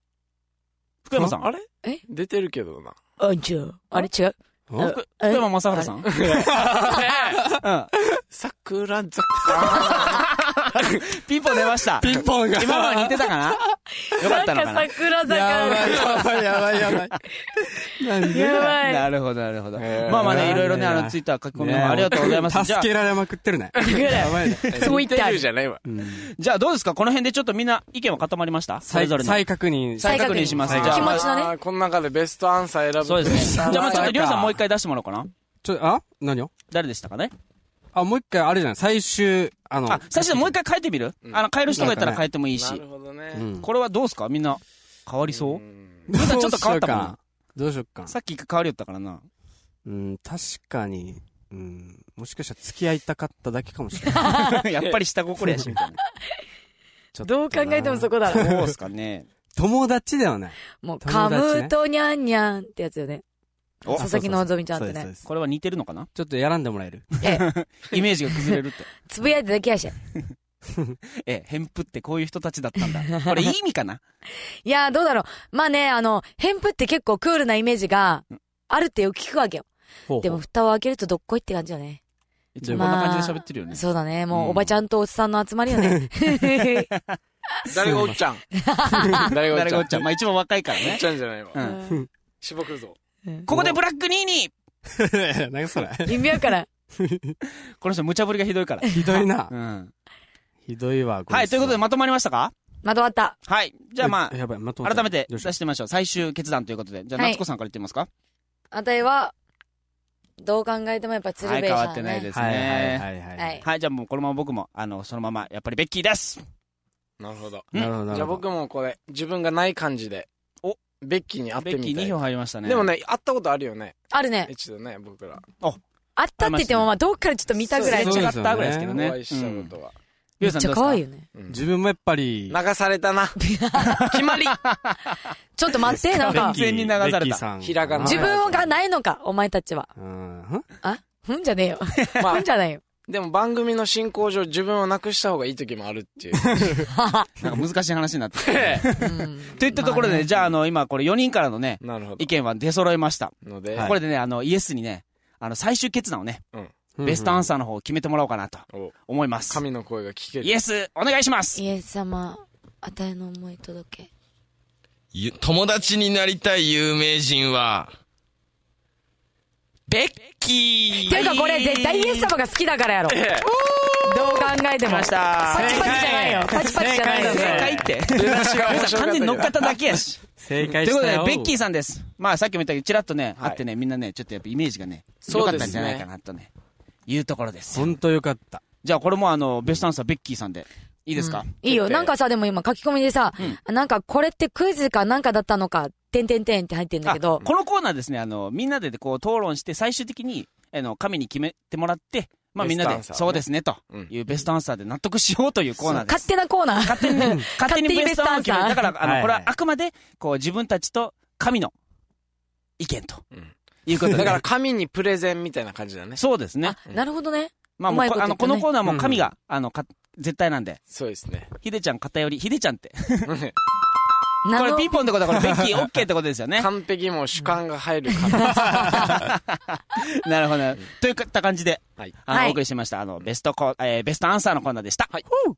A: 福山さん。
D: あれ
B: え
D: 出てるけどな。
B: あんちゃん。あれ違う。
C: あ
A: 福福山雅治さん うん。
D: 桜坂。
A: ピンポン出ました。
C: ピンポンが。
A: 今のは似てたかなよかったのかな
B: なんか桜坂
C: やばいやばいやばいやばい。なんで
B: やばい。
A: なるほど、なるほど。
D: へー
A: まあまあね、いろいろね、
C: いやいや
A: あの、ツイッター書き込みもありがとうございます。じゃ
C: 助
A: あ、
C: けられまくってるね。やばい ね。
B: そう言ってある
D: インタビューじゃないわ。
A: じゃあどうですかこの辺でちょっとみんな意見は固まりましたそれ
C: 再
A: ぞれの。
C: 再確認。
A: 再確認します。
C: 再
A: じ
C: 確
A: ゃ
C: 認
A: あ
B: 気持ちの
D: あ
B: ね。
D: ーこの中でベストアンサー選ぶ。
A: そうですね。じゃあまあちょっと、りょうさんもう一
D: 回。
A: 回出してもらおうかな。
C: ちょ、あ何を
A: 誰でしたかね
C: あ、もう一回あれじゃない最終、あの。
A: あ、最初にもう一回変えてみるあの、変える人がいたら変えてもいい
D: な
A: し
D: る。ほど
C: う
D: ね。
C: ん。
A: これはどうですかみんな、変わりそう
C: どう
A: 普段
C: し
A: ち
C: よ
A: ょっと変わったもん
C: うかどうしよっか。
A: さっき一回変わりよったから な。
C: うん、確かに、うん、もしかしたら付き合いたかっただけかもし れない。
A: やっぱり下心 やし、みたいな。
C: ちょっと
B: どう考えてもそこだろ。
A: どうですかね
C: 友達ではない。
B: もう、
C: 友
B: カ
C: 達ね
B: ムとニャンニャンってやつよね。
A: お
B: 佐々木のぞみちゃんって
C: そうですそ
B: ね
C: うで。す
A: これは似てるのかな
C: ちょっとやらんで もらえる
B: ええ、
A: イメージが崩れ るって。
B: つぶやいただけやし。
A: ええ、ヘンプってこういう人たちだったんだ。これいい意味かない
B: やー、どうだろう。まあね、あの、ヘンプって結構クールなイメージがあるってよく聞くわけよ。
C: ほう
B: でも、蓋を開けるとどっこいって感じよね。
A: いつもこんな感じで喋ってるよね。
B: そうだね。も
A: うん
B: う、おばちゃんとおっさんの集まりよ ね。
D: 誰がおっちゃん誰がおっ
A: 誰
D: ち
A: が
D: ゃん
A: おっちゃん。まあ一番若いから
D: おっ
A: ね。
D: ちゃんじゃないわ
A: う。ん。
D: しぼくぞ。
A: ここでブラックニーニー
C: 何それ。
B: 微妙やから。
A: この人無茶ぶりがひどいから。
C: ひどいな
A: う。ん。
C: ひどいわ、こ
A: はい、ということでまとまりましたか
B: まとまった。
A: はい。じゃあま
C: えやばい、まとま
A: あ、
C: っ
A: 改
C: た
A: めて出
C: どうしよ
A: してみましょう。最終決断ということで。じゃあ、
B: はい
A: 夏子さんから言ってみますか
B: あたいは、どう考えてもやっぱ鶴
A: はい、
B: 瓶
A: 変
B: さん、ね。
A: わってないで
C: う
A: す
C: はいはい
A: ね。
C: はいはい。
B: はい
A: はい、じゃあもうこのまま僕も、あの、そのまま、やっぱりベッキーです
D: なるほど。
C: なるほど、な
D: じ
C: る
D: ゃあ
C: ほど。
D: 僕もこれ、自分がない感じで。
A: お
D: ベッキーに会っ
A: ベ
D: て
A: ッキ
D: み
A: ー
D: た
A: 2
D: い
A: 票。入りましたね。
D: でも。ね、会ったことあるよね。
B: あるね。
D: 一度ね、僕ら。
B: あったって言っても、まあ、どっからちょっと見たぐらい
A: 違
B: の。
C: そう
B: め
A: っ
C: ですよね
A: たぐらいですけど
D: お
A: ね。
D: 会いしたことは。
A: ゆ
B: っ
A: うさん
B: ちゃ
A: どうです
B: 可
A: か
B: 愛いよね。
D: うん
C: 自分もやっぱり、
D: 流され たな。決まり
B: ちょっと待って、 なんか。
A: 完全に流された
C: ベッキーさん
D: ひらがな
B: 自分がないのか、お前たちは。
C: うん。ん
B: あふんじゃねえよ。
D: ま
B: ふ
D: あ
B: んじ、ゃないよ。
D: でも番組の進行上自分をなくした方がいい時もあるっていう。
A: なんか難しい話になってきて。
B: うん
A: といったところでね、じゃあ、あの、今これ4人からのね、
D: なるほど
A: 意。見は出揃いました。
D: ので、
C: はい
A: これでね、あの、イエスにね、あの、最終決断をね、ベストアンサーの方を決めてもらおうかなと
D: お
A: 思います。
D: 神の声が聞ける。
A: イエス、お願いします
B: イエス様、あたいの思い届け。
F: ゆ友達になりたい有名人は、ベッキー
B: ていうかこれ絶対イエス様が好きだからやろ。どう考えても。
A: 来ました
B: パチパチじゃないよ。パチパチじゃないよ。
A: 正
C: 正
A: 解
C: 解
A: って。
D: 出だ しが面白かったけど
A: 完全に乗っかっただけやし。
C: 正
A: とい
C: 解
A: うこ
C: し
A: と
C: た
A: で
C: よ、
A: ベッキーさんです。まあ、さっきも言ったけど、ちらっとね、
D: はい
A: 会ってね、みんなね、ちょっとやっぱイメージがね、良
D: そ
A: か
D: う
A: っ
D: で
A: た
D: すね
A: んじゃないかなとね、いうところです。
C: ほんとよかった。
A: じゃあ、これもあの、ベストアンサー、ベッキーさんで。いいですか
B: いいよ。なんかさ、でも今書き込みでさ、なんかこれってクイズかなんかだったのか、てんてんてんって入ってんだ
A: あ
B: けど
A: こ、のコーナーですね、あの、みんなでこう、討論して、最終的に、あの、神に決めてもらって、まあみんな
D: ベス
A: で、
D: トアンサーをね
A: そうですね、と
D: うん
A: いうベストアンサーで納得しようというコーナーで
B: 勝
A: す。
B: 手なコーナー。
A: 勝手にね、勝手に
B: 勝手に
A: ベストアンサーを決める。
B: ベ
A: だ
B: スト
A: から、あ
C: は
A: の、
C: いはい
A: これはあくまで、こう、自分たちと神の意見と
D: うん。
A: いうことで。
D: だから、神にプレゼンみたいな感じだ ね。
A: そうですね
B: あ。、なるほどね。
A: まあ
B: う
A: も
B: ま
A: う
B: いこ
A: こ、
B: と
A: あ
B: 言ったね
A: の、このコーナーも神が、あの、か絶対なんで。
D: そうですね。
A: ヒデちゃん偏り、ヒデちゃんって。
B: な
A: これ
B: の
A: ピンポンってことは、これベ ッキーオッケーってことですよね。
D: 完璧もう主観が入る感じ。
A: なるほどね。といった感じで、
D: はい
A: あの
B: はい
A: お送りしました、あの、ベストコ、えーベストアンサーのコーナーでした。ふう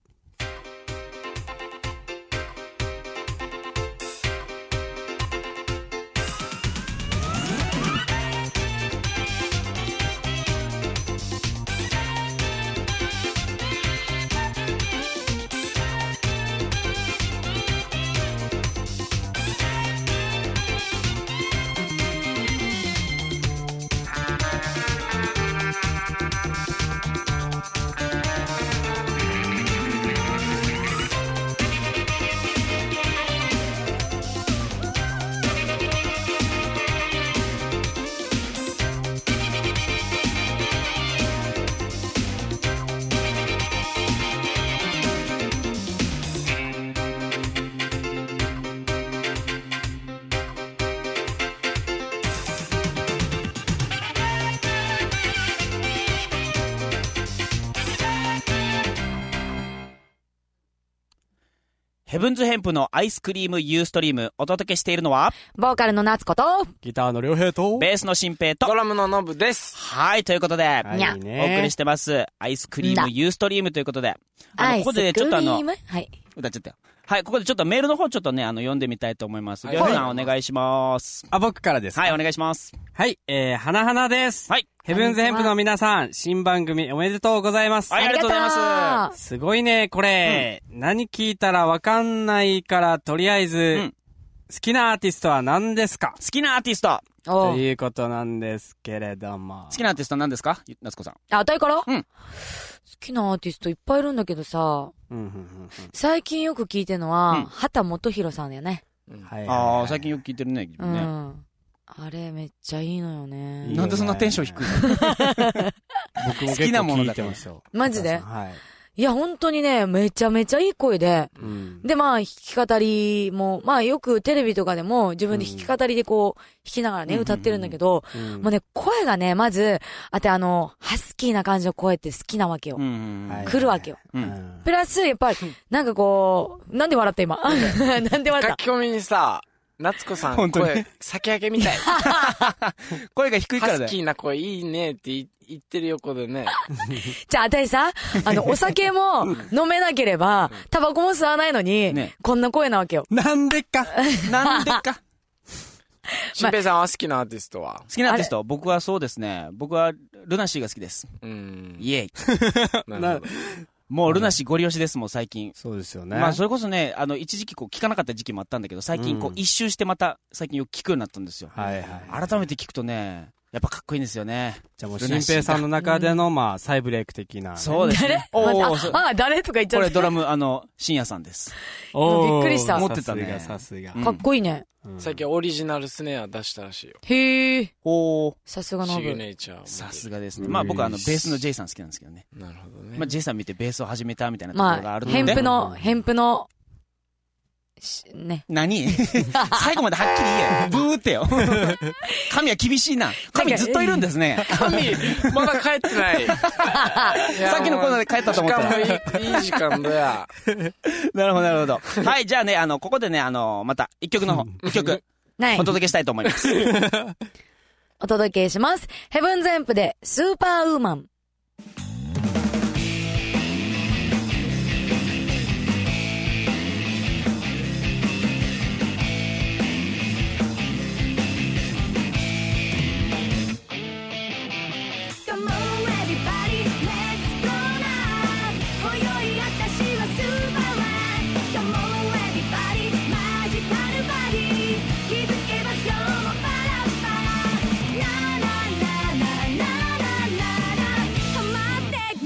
A: ヘブンズヘンプのアイスクリームユーストリーム、お届けしているのは、
B: ボーカルの夏子と
C: ギターの良平と、
A: ベースの新平
D: ド
A: と、
D: ラムのノブです。
A: はい、ということで、
C: はい
B: にゃ
A: お送り
C: ね
A: してます。アイスクリームユーストリームということで、あ
B: ア
A: の、
B: イス
A: ここ
B: ク
A: で
B: リ
A: ねちょっとあ
B: ー
A: の、
B: ムはい
A: 歌っちゃったよ。はい、ここでちょっとメールの方ちょっとね、あの、読んでみたいと思います。
D: はい
A: りょうさんお願いします。
C: あ、僕からです。
A: はい、お願いします。
C: はい、えー、はなはなです。
A: はい。
C: ヘブンズヘンプの皆さん、新番組おめでとうございます。
A: はいありがとうございます
B: ありがとう
C: すごいね、これ。何聞いたらわかんないから、とりあえず、
A: うん
C: 好きなアーティストは何ですか
A: 好きなアーティスト。
B: お
C: と
B: う
C: いうことなんですけれども
A: 好。きなアーティストは何ですか夏子さん。
B: あ、たいから
A: うん
B: 好きなアーティストいっぱいいるんだけどさ、
C: うんうんうん
B: 最近よく聞いてるの
A: うん
B: は、畑元博さんだよね。
C: うんはいはいはい
A: ああ、最近よく聞いてるね。君
B: う
A: ね
B: ん。あれめっちゃいいのよ
C: いい
B: ね。
C: よ
A: なんでそんなテンション低い
C: 僕も
A: 好
C: 結
A: きなも
C: 構
A: の
C: 聞
A: だか
C: いて
A: ら
C: ますよ。
B: マジで
C: はい。
B: いや、本当にね、めちゃめちゃいい声で。
C: うん。
B: で、まあ、弾き語りも、まあ、よくテレビとかでも自分で弾き語りでこう、弾きながらね、
A: うん
B: 歌ってるんだけど、
C: うん
B: もうね、声がね、まず、あてあの、ハスキーな感じの声って好きなわけよ
A: う。ん
C: はい
B: 来るわけよ。
A: う。
C: うんん
B: プラス、やっぱり、なんかこう、なんで笑った今。 なんで笑っ
D: 書き込みにさ、夏子さん、
A: 本当に
D: 声、先駆けみ たい。
A: 声が低いか
D: ハ
A: ら
D: ス
A: だよ。
D: キーな声いいねってい言ってる横でね。
B: たじゃあ、あたいさ、あの、お酒も飲めなければ、タバコも吸わないのに、
A: ね
B: こんな声なわけよ。
C: なんでか。
A: なんでか。
D: しんぺいさんは好きなアーティストは
A: 好きなアーティスト、僕はそうですね。僕は、ルナシーが好きです。
D: うん。
A: イエイ。
D: なるほど
A: もう、ルナシーご利用しです、もう最近。
C: そうですよね。
A: まあ、それこそね、あの、一時期こう、聞かなかった時期もあったんだけど、最近こう
C: う、ん
A: 一周してまた、最近よく聞くようになったんですよ。
C: はいはい。
A: 改めて聞くとね、やっぱかっこいいんですよね。
C: じゃあもう、新平さんの中での、まあ、再ブレイク的な。
A: そうですね。お
B: ま
A: ー
B: あ
A: そう
B: あ、あ誰とか言っち
A: こ
B: ゃ
A: れ
B: った。
A: ドラム、あの、深夜さんです。
B: び
C: おー
B: っくりした
C: 持ってた
A: さ
C: ね。
A: すがさ
C: さすが
A: う。ん
B: かっこいいね。
D: 最近オリジナルスネア出したらしいよ。
B: へえ。
A: おー
B: さすがノ
D: シグ
B: ブ。
D: ネチャーも。
A: さすがですね。まあ僕はあの、ベースの J さん好きなんですけどね。
D: なるほどね。
A: まあ J さん見てベースを始めたみたいなところが
B: ま
A: あ
B: あ、
A: るので。
B: ヘンプの、ヘンプの、しね。
A: 何 最後まではっきり 言えよ。ブーってよ。神は厳しいな。神ずっといるんですね。
D: 神、まだ帰って ない。
A: さ
D: さ
A: っきのコーナーで帰ったと思ったら
D: 時間もいいいい時間だよ。
A: なるほど、なるほど。はい、じゃあね、あの、ここでね、あの、また、一曲の方、一曲、
B: ない
A: お。届けしたいと思います。
B: お届けします。ヘブンズエンプで、スーパーウーマン。
E: Come on everybody, let's go now 今宵私はスーパーマン Come on everybody, マジカルバディ気づけば今日もバラバラララララララララ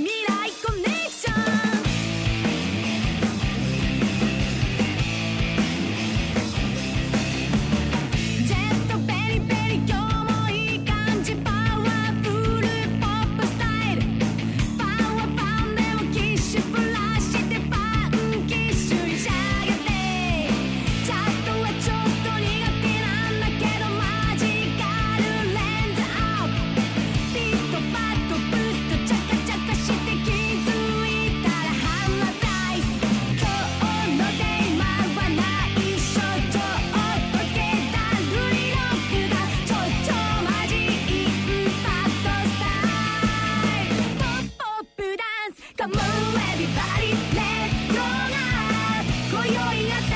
E: もう everybody let's go now 今宵私は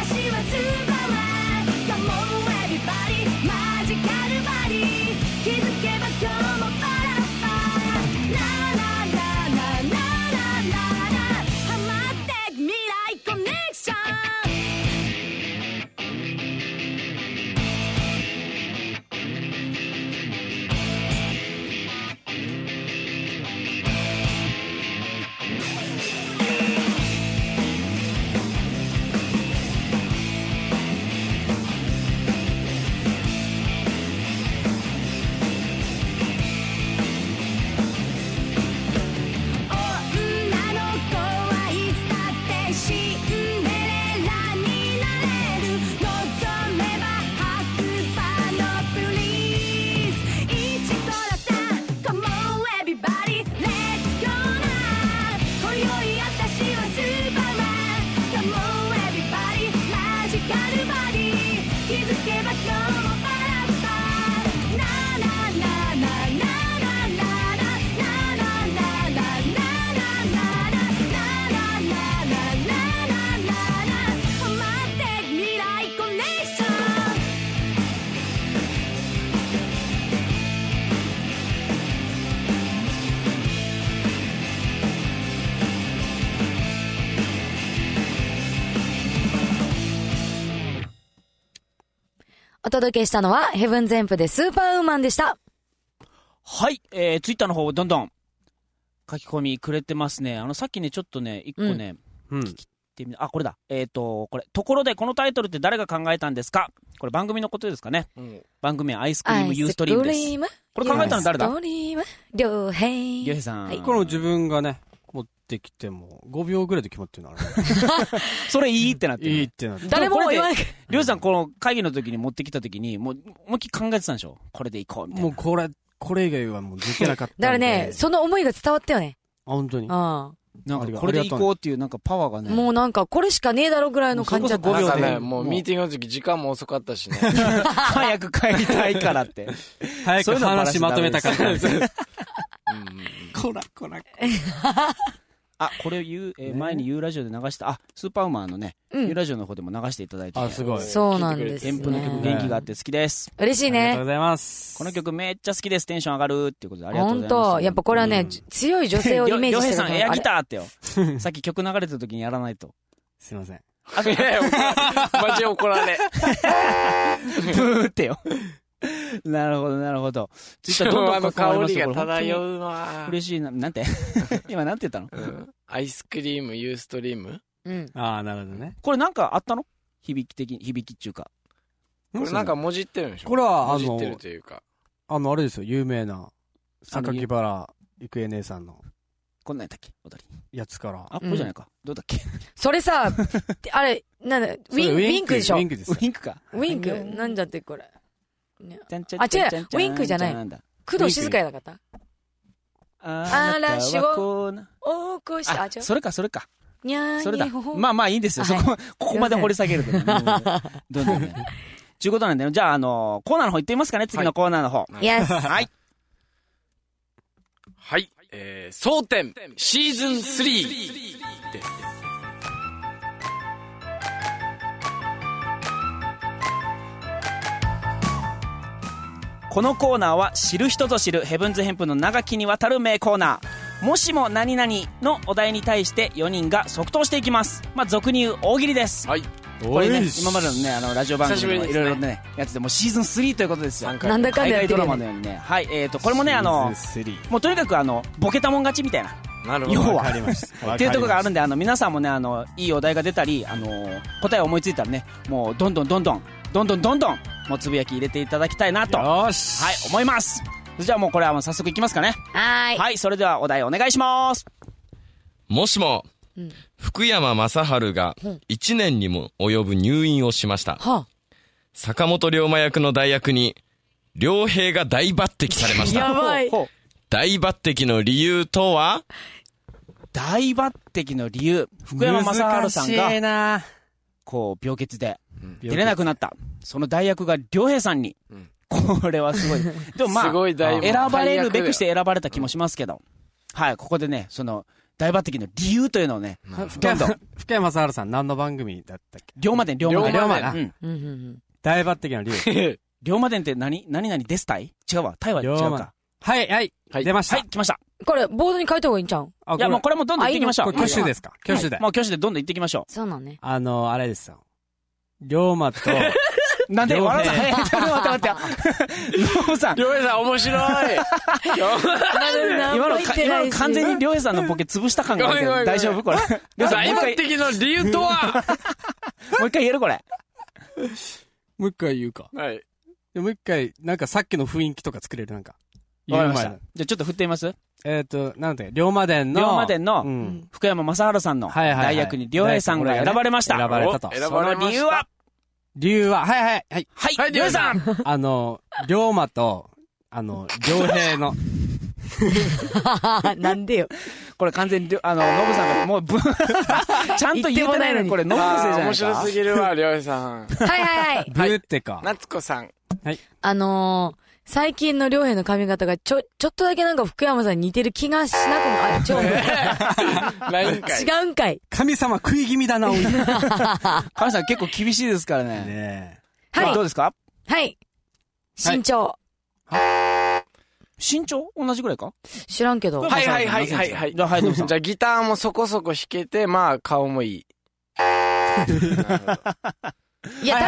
E: スーパーワン Come on everybody マジカルバディ気づけば今日もパラッパララララララララハマってく未来コネクション女の子はいつだってシンデレラになれる望めば白馬のプリンス一度ださ Come on everybody let's go now 今宵私はスーパーマン Come on everybody マジカルバディ気づけば今日もパラッパララララララララ
B: お届けしたのは、ヘブンゼンプでスーパーウーマンでした。
A: はい、えー、ツイッターの方、どんどん書き込みくれてますね。あの、さっきね、ちょっとね、一個ね、
C: うん。
A: ってみあ、これだ。えっ、と、これ。ところで、このタイトルって誰が考えたんですかこれ番組のことですかね。番組はアイスクリームユーストリームです。
B: ム
A: これ考えたの誰だ
B: ユーストリーム、りょうへい
A: りょうへいさん。
B: はい
C: これも自分がね、持ってきても、5秒ぐらいで決まってるの、あれ。
A: それ いいってなってる。
C: いいってなって。
B: 誰も言わない。
A: りょうさん、この会議の時に持ってきた時に、もう、思いっきり考えてたんでしょこれでいこう、みたい
C: も
A: な。
C: うこれ、これ以外はもうできなかったんで。
B: だからね、その思いが伝わったよね。
C: あ、本当に。
B: うん。
A: なんか、これでいこうっていう、なんかパワーがね。
B: もうなんか、これしかねえだろぐらいの感じだった。
A: も
D: な
A: うそ
D: ん
A: れこ
D: か
A: そ5秒で
D: ね、もうミーティングの時時間も遅かったしね。
A: 早く帰りたいから って。
C: 早
A: そうい
C: く
A: うのはバラ
C: 話
A: し
C: まとめたかったんです。
A: こらこらこら。あ、これを言う、えー前にユーラジオで流した、あ、スーパーウーマンのね、
B: うん
A: ユーラジオの方でも流していただいて、
C: あ、すごい。
B: そうなんです、
A: テ
B: ね。
A: ンプの曲元気があって好きです。
B: 嬉しい
C: ありがとうご
B: ね。
C: ざいます。
A: この曲めっちゃ好きです。テンション上がるっていうことでありがとうござ
B: 本
A: います。
B: 当やっぱこれはね、
C: うん
B: 強い女性をイメージし てる
A: さん、エアギ
B: ー。
A: ターってよ。 さっき曲流れてる時にやら ないと。
C: すいません。
D: いやいやマジで怒られ。
A: ブーってよ。なるほど、なるほど。ツイッターどんど
D: あ
A: ん書
D: の
A: き込まれ
D: 香
A: ます
D: り
A: よこ
D: が
A: れ本当に
D: 漂うわ。
A: 嬉しいな。なんて 今なんて言ったの
D: うんアイスクリーム、ユーストリーム
B: うん。
C: ああ、なるほどね。
A: これなんかあったの響き的に、響きっていうか。
D: これなんか、もじってるんでしょ
C: これは、
D: も
C: あ
D: じってる
C: の、
D: というか。
C: あの、あれですよ、有名な、榊原郁恵姉さんの
A: こんなんやったっけ踊り。
C: やつから。
A: あ、これじゃないか。どうだっけ
B: それさ、あれ、なんだ、ウ
C: それ
B: ィン、ウィンクでしょ
C: ウ
B: ウ
C: ィンクです
A: ウ。ィンクか。
B: ィンクなんじゃってこれ。ね
A: ちゃんちゃん
B: あ
A: ちゃん
B: 違う
A: ちゃん
B: ウィンクじゃない
A: ちんだ
B: 工藤静香やなかった
A: あなたはこうな
B: おーこうし、あ、
A: あ
B: 違、う。
A: それか、それか。
B: にゃーに
A: それだ。
B: ほほ
A: まあまあいいんですよ。そ
B: はい
A: こ、ここまで掘り下げるとね。もうどんどんね。ちゅうことなんで、じゃあ、あの、コーナーの方行ってみますかね。次のコーナーの方。
B: イエス。
A: はい。
D: はい。えー、争点、シーズン3です。
A: このコーナーは知る人ぞ知るヘブンズヘンプの長きにわたる名コーナー。もしも何々のお題に対して4人が即答していきます。まあ、俗に言う大喜利です。
D: はい。
A: これ
C: お
A: ね
C: い、し
A: 今までのね、あの、ラジオ番組のいろいろね、やつでもうシーズン3ということですよ。
D: 3回。
B: なんだかん
A: 海
B: だや
A: 外
B: って
A: ド
B: る
A: ラ
B: よね。
A: マのようにね、はい、えっ、と、これもね、あの、
C: シーズン3
A: もうとにかくあの、ボケたもん勝ちみたいな、
D: なるほ
A: 要
C: わ
D: ど。
A: は
C: か。りました。
A: っていうところがあるん
C: で。
A: で、あの、皆さんもね、あの、いいお題が出たり、あの、答え思いついたらね、もう、どんどんどんどん、どんどんどんどん、もうつぶやき入れていただきたいなと、はい、
C: よーし。
A: 思います。それじゃあもうこれはもう早速いきますかね。
B: はーい。
A: はい、それではお題お願いします。
F: もしも、
B: うん
F: 福山雅治が1年にも及ぶ入院をしました。
B: は
F: 坂本龍馬役の代役に、良平が大抜擢されまし
B: や
F: た。
B: ばい
A: ほうほう
F: 大抜擢の理由とは
A: 大抜擢の理由、福山雅治さん
C: 難しい
A: が、
C: な
A: こう、病欠で、出れなくなった。その代役が良平さんに
D: ん。
A: これはすごい。でもまあ、
D: すごい大
A: 選ばれるべくして選ばれた気もしますけど、はい、ここでね、その、大抜擢の理由というのをね、
C: 福
A: ど んどん
C: 山、福山雅治さん何の番組だったっけ
A: 龍馬伝、龍馬伝。
C: 龍馬伝
A: うん。
B: うんうんうん
C: 大抜擢 の理由。
A: 龍馬伝って何何々ですたい違うわ。タイは違う
C: 龍
A: か
C: 馬。はい、はい、
D: はい
C: 出ました。
A: はい、来ました。
B: これ、ボードに書いた方がいいんちゃう
C: あ
A: いや、もうこれもどんどん行っていきましょ
C: こ
A: う。
C: れ挙手ですか挙手で。
A: もう挙手でどんどん行っていきましょ
B: そうなんね。
C: あの、あれですよ。龍 馬と、
A: う。なんで
C: 龍馬
A: 笑わない 待って待って待って。龍馬さん
D: り。ょうへいさん面白い
A: 今のか、今の 完全にりょうへいさんのボケ潰した感があるけど
D: ごめんごめんごめん
A: 大丈夫これ。りょうへいさん、
D: 大
A: もう一回
D: 抜、擢の理由とは
A: もう一回言えるこれ。
C: もう一回言うか。
D: はい。
C: でもう一回、なんかさっきの雰囲気とか作れるなんか。
A: わかりまし
C: 前
A: た
C: の。
A: じゃあちょっと振ってみます
C: えっ、と、なんだっけ、龍馬伝の。
A: 龍馬伝の
C: うん。
A: 福山雅治さんの
C: はいはいはい
A: 大役にりょうへいさんが選ばれました。
C: 選ばれたと
D: お選
A: そ
D: ば
A: の
D: れました
A: 理由は
C: 理由は、はいはい、はい。
A: はい、
D: はい
A: りょうへいさん
C: あの、龍馬と、あの、両兵の、
B: なん でよ。
A: これ完全にりょ、あの、ノブさんがもうぶ、ちゃんと言えてないのに、これノブのせいじゃない
D: 面
A: です
D: 白
A: か
D: す。ぎるわ、りょうへいさ
B: は
D: ん。
B: いはいはい。
C: ブーってか。
D: 夏子さん。
B: あのー、最近の両兵の髪型がちょ、ちょっとだけなんか福山さんに似てる気がしなくも、あ、ちょ、
D: ライン会。
B: 違うんかい。
C: 神様食い気味だな、おい。ね
A: 神さん結構厳しいですからね。
C: え。
A: まあ
B: は
A: ど
B: い。
A: うですか
B: はい。身長。
A: 身長同じぐらいか
B: 知らんけど。
D: はいはいはいはいはい。
A: じゃあはいどうぞ
D: じゃあギターもそこそこ弾けて、まあ顔もいい。
B: いや、多分
C: はい
B: ね。
C: はいはいはい
B: あ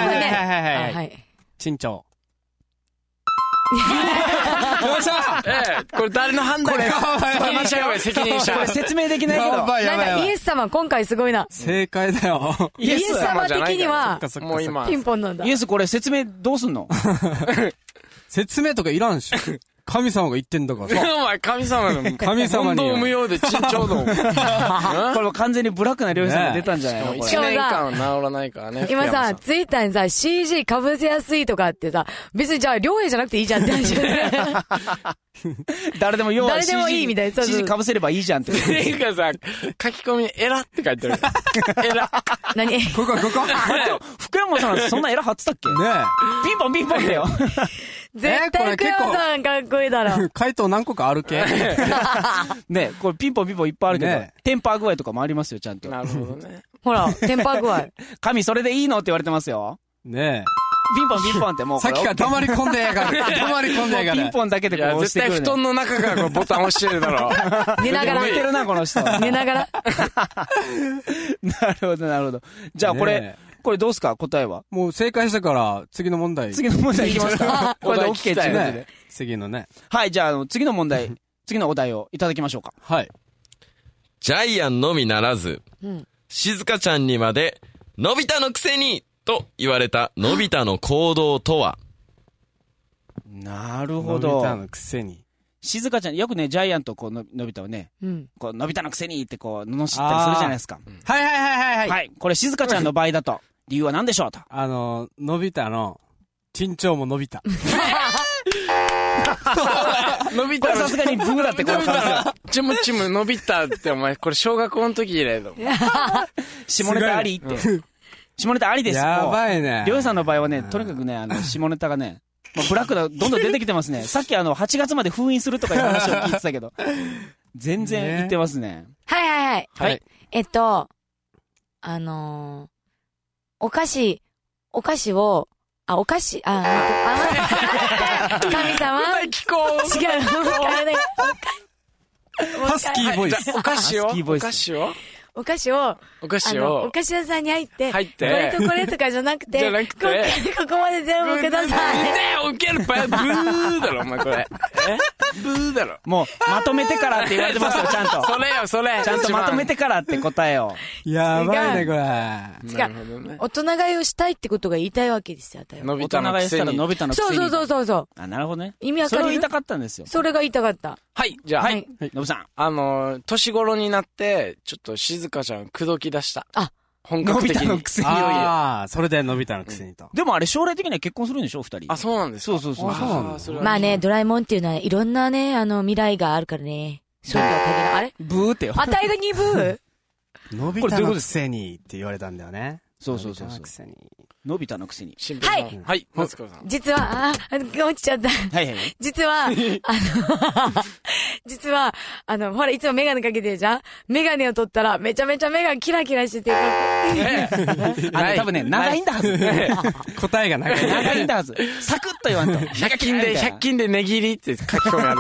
C: は。
B: はいい。
C: 身長。
D: ええ、これ誰の判断か。責任者やばい、責任者。
A: これ説明できないけど。
C: ば
B: なんかイエス様今回すごいな。
C: 正解だよ。
A: イ
B: イ
A: エ
B: エ
A: ス
B: ス様的には、
C: そっか
D: もう今。
B: ピンポンなんだ
A: イ。エスこれ説明どうすんの
C: 説明とかいらんし。神様が言ってんだ からさ。
D: お前、神様の。
C: 神様に
D: 問答無用で陳調
A: こ
D: の。
A: れも完全にブラックな料理さんが出たんじゃないのこ
D: 一
A: れ。
D: 年間は治らないからね。
B: 今
D: 福山
B: さ、ツイッターにさ、CG 被せやすいとかってさ、別にじゃあ、両兵じゃなくていいじゃんって話。
A: 誰でも用意
B: 誰でもいいみたいなそうそう
A: CG かぶせればいいじゃんって。
D: っていうかさ、書き込みにエラって書いてる。エラ。
B: 何
C: ここ、ここ。
A: 福山さんそんなエラ張ってたっけ
C: ね
A: ピンポンピンポンだよ。
B: 絶
C: こ
B: 対
C: れ
B: 福
C: 結構
B: 山さんかっこいいだろ
C: え。。 回答何個かあるけ
A: ねこれピンポンピンポンいっぱいあるけど
C: ね、
A: テンパー具合とかもありますよ、ちゃんと。
D: なるほどね。
B: ほら、テンパ具合。
A: 神それでいいのって言われてますよ。
C: ね
A: ピンポンピンポンっても うこ
C: え。さっ
A: れ。
C: きから
A: も
C: 黙り込んでや がる。黙り込んでや
A: う
C: が
A: ピン
C: る。
A: ポンだけで
D: い
A: こ
D: や、
A: う押し
D: 絶
A: てくる
D: 対布
A: ね。
D: 団の中からこうボタン押してるだ ろ。
B: 寝ながら
A: やってるな、この 人。な
B: 寝
A: る
B: ながら。
A: ほど、なるほど。じゃあこれ
C: ね、
A: これどうすか答えは。
C: もう正解したから、次の問題。
A: 次の問題いきます かこれで OK っていうことで
C: ね。次のね。
A: はい、じゃああの、次の問題、次のお題をいただきましょうか。
C: はい。
F: ジャイアンのみならず、静香ちゃんにまで、のび太のくせにと言われたのび太の行動とは
A: なる
C: の
A: ほ
C: び太
A: ど。
C: のくせに。
A: 静香ちゃん、よくね、ジャイアンとこうの、のび太をね、
B: うん。
A: こう、のび太のくせにってこう、罵ったりするじゃないですか。
C: はいはいはいはい。、
A: はいい。これ静香ちゃんの場合だと、理由は何でしょうと。
C: あの、のび太の、身長も伸びた。
D: 伸び
A: こ
D: た
A: れ
D: の
A: さすがにブーだってこの感想。
D: ちむちむ伸びたってお前、これ小学校の時以来だもん。
A: 下ネタありって。下ネタありです。
C: や
A: も
C: ばいね
A: う。りょうさんの場合はね、とにかくね、あの、下ネタがね、もうブラックだ、どんどん出てきてますね。さっきあの、8月まで封印するとかいう話を聞いてたけど、全然言ってますね。
B: はいはいはい。
A: はい。
B: えっと、あのー、お菓子、お菓子を、あ、お菓子、あ、待ってあ、待って神様
D: 気候
B: 違う、もう一回ね
C: ハスキーボイス。
D: お菓子を
A: ハスキーボ
D: お
A: イス
D: 菓子を
B: お菓子を、
D: お菓
B: あ
D: 子
B: の、
D: を
B: お菓子屋さんに入って、
D: 入っ
B: こ
D: て
B: れとこれとかじゃなくて、
D: じゃなくて
B: ここここまで全部ください。
D: い。ウケるパイブーだろ、お前これ。えブーだろ。
A: もう、まとめてからって言われてますよ、ちゃんと。
D: それよ、それ。
A: ちゃんとまとめてからって答えを。
C: やばいね、これ。
D: 一番。なるほどね。
B: 大人買いをしたいってことが言いたいわけですよ、あたいは
D: 伸
A: 大
D: び
A: 人
D: たの
A: が
D: く
A: やった
D: せ
A: ら
D: に。
A: 伸びたのく
B: そ
A: せ
B: う
A: に。
B: そうそうそうそう。
A: あ、なるほどね。
B: 意味わか
A: そ
B: る
A: れを言いたかったんですよ。
B: それが言いたかった。
D: はい、じゃあ、
A: は
D: はいい。
A: のぶさん。
D: あのー、年頃になって、ちょっと静香ちゃん、口説き出した。
B: あ
D: 本格的に。
A: のび太のくせに
C: ああ、それでのび太のくせにと。
A: でもあれ、将来的には結婚するんでしょ、二人。
D: あ、そうなんですそうそう
C: そう
D: そう
B: まあね、。ドラえもんっていうのはいろんなね、あの、未来があるからね。そういうのは限らないあれ
A: ブーってよ。
B: あたいが鈍ぶ
C: のび太のくせにって言われたんだよね。
A: そうそうそうそ
C: の
A: う
C: く。せに
A: のび太のくせに。
D: 新平さん。
B: はい
D: はい、マツコさん。
B: 実は、あー、落ちちゃった。
A: はいはい。
B: 実 は、あの、実は、あの、ほら、いつもメガネかけてるじゃんメガネを取ったら、めちゃめちゃ目がキラキラしてて、
A: あの、多分ね、長いんだはず。
C: 答えがない。
A: 長いんだはず。サクッと言わんと。
D: 100均で、100均で値切りって書き込みある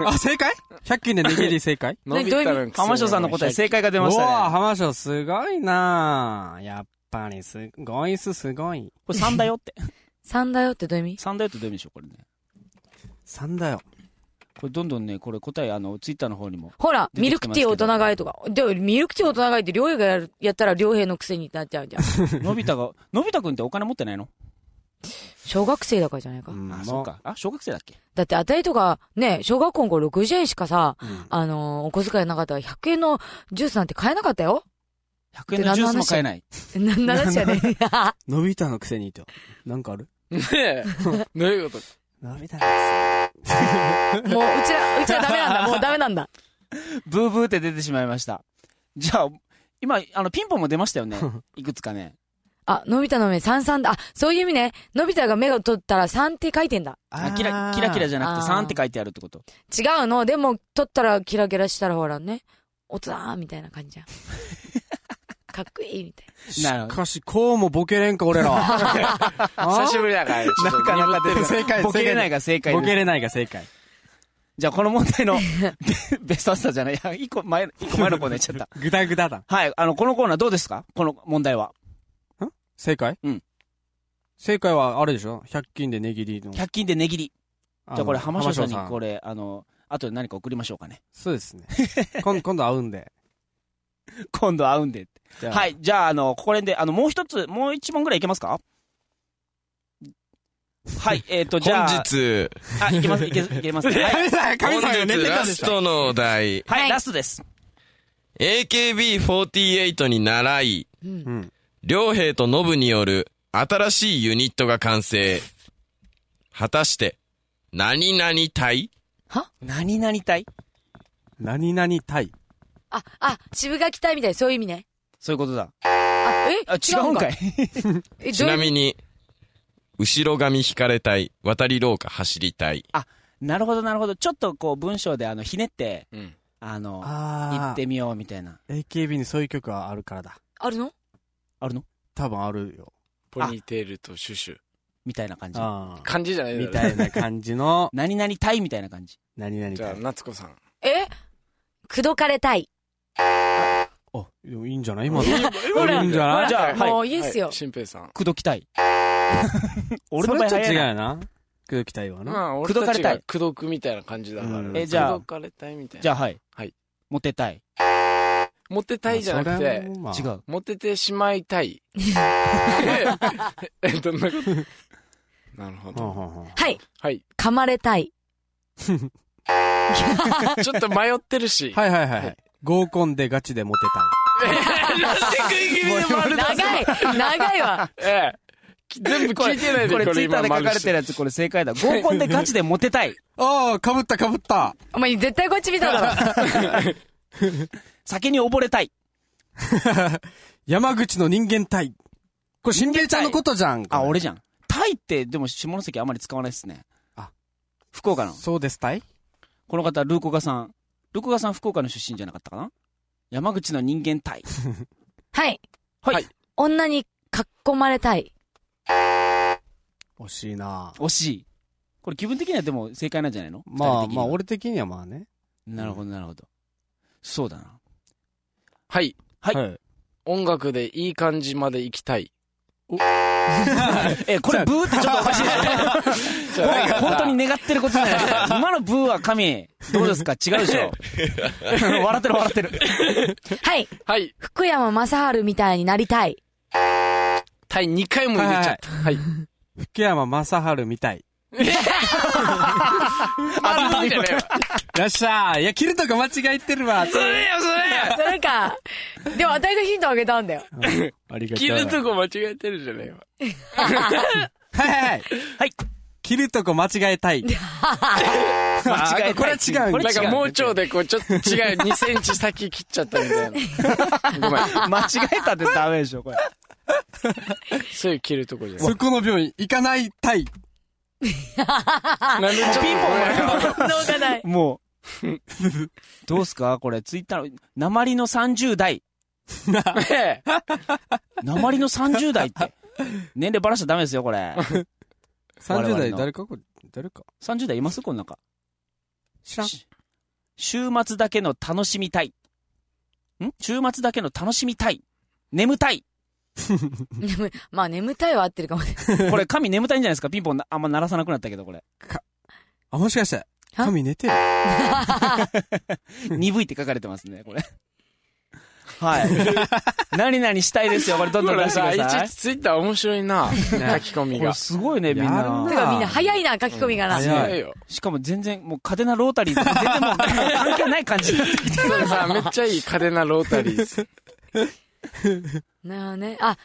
D: ど。
C: あ、正解 ?100 均で値切り正解
D: 伸びたのくせに
A: 浜翔さんの答え正解が出まし
C: うわ
A: た
C: ー
A: ね。
C: 浜翔すごいなーやっぱりすごいっす、すごい。
A: これ3だよって。
B: 3だよってどういう意味
A: 3だよってどういう意味でしょうこれね。
C: 3だよ。
A: これどんどんね、これ答え、あの、ツイッターの方にも。
B: ほら、
A: 出
B: ミ
A: て
B: ル
A: きて
B: ク
A: ますけ
B: ティ
A: ど
B: ー大人買いとか。でも、ミルクティー大人買いって、両平がやる、やったら両平のくせになっちゃ うじゃん。
A: のび太が、のび太くんってお金持ってないの
B: 小学生だからじゃないか。
C: うん
A: あ、そ
C: も
A: うか。あ、小学生だっけ
B: だって、あたりとか、ね、小学校の頃60円しかさ、
C: うん
B: あのーお小遣いなかったら100円のジュースなんて買えなかったよ。
A: ?100 円のジュースも買えない。
B: なんだ話やね。
C: 伸びたのくせにって、なんかある
D: ねえ。どういうこと
C: 伸びたのくせ
B: もう、うちら、うちらダメなんだ。もうダメなんだ。
A: ブーブーって出てしまいました。じゃあ、今、あの、ピンポンも出ました よね。いくつかね。
B: あ、のび太の目三三だ。あ、そういう意味ね。のび太が目を取ったら3って書いてんだ。
A: あキラ、キラキラじゃなくて
B: あー
A: 3って書いてあるってこと。
B: 違うの。でも、取ったらキラキラしたらほらね。大人みたいな感じじゃん。かっこいいみたいな。
A: なるほ
C: し
A: ど
C: かし、こうもボケれんか、俺ら。
D: 久
C: 久
D: しぶりだから、ちょっと
A: なかなか出る。
C: 正解
A: ボケれないが正解
C: ボケ
A: です。
C: れないが正解。
A: じゃあ、この問題のベベストアンサーじゃない。いや一個前、一個前のコーナー言っちゃった。
C: グダグダだ。
A: はい、あの、このコーナーどうですかこの問題は。
C: 正解
A: うん。
C: 正解はあれでしょ ?100 均で値切りの。
A: 100均で値切り。じゃあこれ浜翔さんに
C: 浜
A: これ、あの、後で何か送りましょうかね。
C: そうですね。 今今度会うんで。
A: 今度会うんでって。
C: じゃあ
A: はい、じゃあ、あの、ここら辺で、あの、もう一つ、もう一問ぐらいいけますかはい、えっ、 と、じゃ
F: 本
A: あ、
F: 日、
A: あ、いけます、いけ、いけます。はい、はい、
C: 神様、神様が寝
F: 本
C: て
F: 日
C: たで
F: ラス
C: しょ
F: トのお題、
B: はい
A: ラストです。
F: AKB48 に習い、
B: うん。
C: うん。
F: 両兵とノブによる新しいユニットが完成。果たして、何々隊
A: 何々隊
C: 何々対。
B: あ、あ、渋垣隊みたいな、そういう意味ね。
A: そういうことだ。
B: あ、え
A: あ、違うんかい。
B: え、
F: ち
B: どうい
F: な
B: う意味
F: みに、後ろ髪引かれ隊、渡り廊下走り隊。
A: なるほど、なるほど。ちょっとこう、文章で、あの、ひねって、
D: うん
A: あの、行
C: あ
A: ってみようみたいな。
C: あ。AKB にそういう曲があるからだ。
B: あるの
A: あるの
C: 多分あるよ。
D: ポニーテールとシュシュ。
A: みたいな感じ。、
C: ああ。
D: 漢字じゃない
C: み
D: だ
C: た
D: ろ。
C: いな感じの
A: 何々隊みたいな感じ。
C: 何々
D: じゃあ、
C: 対。
D: 夏子さん。
B: え口説かれたい。
C: あ、でもいいんじゃない今の。
D: ほ
C: らいいんじゃない
A: じゃあはい
B: もういいっすよ。
D: 新平さん。
A: 口説き隊。俺
C: そ
A: の場合
C: れちょっ
A: 早
C: と
A: い
C: 違う
A: な。
C: よな。空気対は
D: ま
C: な。
D: あ、
A: 口説か
D: 俺た
A: れ
D: ち
A: たい
D: が口説くみたいな感じだから
C: う。ん
A: えじゃあ
D: 口説かれたいみたいな。
A: じゃあ、はい。モテ隊。
D: モテたいじゃなく
C: それ
D: て
C: も、まあ
A: 違う。
D: モテてしまいたい。え、どんなことなる
C: は
D: ほ
C: あ
D: ど。
C: はあはあ
B: はい。
D: はい。
B: 噛まれたい。
D: ちょっと迷ってるし。
C: はいはいはいは
D: はい
C: い。合コンでガチでモテ
D: 手食い気味で丸出す。
B: 長い長いわ。
D: ええ。全部聞いてないで、
A: これツイッターで書かれてる
D: る。
A: やつ、これ正解だ。合コンでガチでモテたい。
C: たい。ああ、かぶったかぶった。
B: お前絶対こっち見ただろ。
A: 酒に溺れたい。
C: 山口の人間対。これ、新平ちゃんのことじゃん。
A: あ、
C: これ
A: 俺じゃん。タイって、でも下関あまり使わないですね。
C: あ
A: 福岡の。
C: そうですたい
A: この方、ルーコガさん。ルーコガさん、福岡の出身じゃなかったかな山口の人間タイ。
B: はい。
A: はい。
D: はい
B: 女に囲まれたい。
C: 惜しいな
A: 惜しい。これ気分的にはでも正解なんじゃないの
C: まあま
A: 二
C: あ、。
A: 人的には
C: 俺的にはまあね。
A: なるほど、なるほど。そうだな。
D: はい。
A: はい
C: はい。
D: 音楽でいい感じまで行きたい。
A: え、これブーってちょっとおかしいですね。
D: じゃあなんか
A: 本当に願ってることじゃないですか。今のブーは神、どうですか違うでしょ 笑ってる笑って る。
B: はい。
D: はい。
B: 福山雅治みたいになりたい。
D: 対2回も入れちゃった。はい。
C: 福山雅治みたい。
D: あ、なんじゃねえわ。
C: よっしゃーいや、切るとこ間違えてるわ。
D: それよ、それ
B: それか。でも、あたいがヒントあげたんだよ。
C: ありが
D: 切るとこ間違えてるじゃねえわ。
C: はいはいはい。
A: はい。
C: 切るとこ間違えたい。
A: 間違えたい
C: あこれは違うんだ
A: これ
D: なん
A: 違
D: か
A: う
D: 盲腸でこう、ちょっと違う、2センチ先切っちゃったみたいな。ごめん。
A: 間違えたってダメでしょ、これ。
D: そういう切るとこじゃない。
C: そこの病院行かないたい。
D: なんでちょっと
A: ピンポン
B: 脳がない。
A: もう。どうすかこれ、ツイッターの、鉛の30代。
D: ねえ
A: 鉛の30代って。年齢ばらしちゃダメですよ、これ。我
C: 30
A: 々
C: 代
A: の
C: 誰かこれ、誰か。
A: 30代いますこの中。
C: 知らん。
A: し週末だけの楽しみたい。ん週末だけの楽しみたい。眠たい。
B: 眠いまあ、眠たいは合ってるかもしれない。
A: こ れ、神眠たいんじゃないですかピンポンなあんま鳴らさなくなったけど、これ。
C: あ、もしかして、神寝てる。
A: 鈍いって書かれてますね、 これ。 はい。何々したいですよ、これ、どん
D: ほ
A: どん
D: ら
A: 出して
D: さ、
A: く
D: い
A: だ
D: ち
A: さ
D: い
A: い
D: ち。ツイッター面白いな、書き込み
A: これ
D: が。
A: すごいね、みん
C: やる
A: な
C: な。
B: てかみんな早いな、書き込みがな。
C: 早い
D: 強いよ。
A: しかも全然、もう、嘉手納ロータリーとか全然 もう、関係ない感じになってきて
D: それさ、めっちゃいいカデナロータ リー。
B: なあね。あ、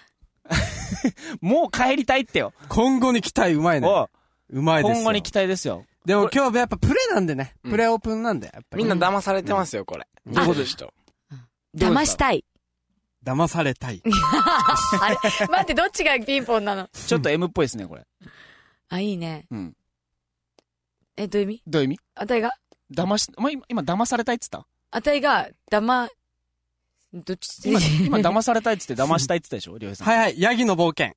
A: もう帰りたいってよ。
C: 今後に期待うまいね。
A: おう
C: うまいですよ。
A: 今後に期待ですよ。
C: でも今日はやっぱプレなんでね。
D: うん
C: プレオープンなんで、やっぱり。
D: みんな騙されてますよ、これ。どうでした
B: 騙したい。
C: 騙されたい。
B: あれ、待って、どっちがピンポンなの
A: ちょっと M っぽいですね、これ。
B: あ、いいね。
A: うん。
B: え、どういう意味
A: どういう意味
B: あたいが
A: 騙し、お前今、今騙されたいっつった
B: あたいが、騙、どっち
A: 今、今騙されたいっつって騙したいっつったでし ょりょうへいさん。
C: はいはい、ヤギの冒険。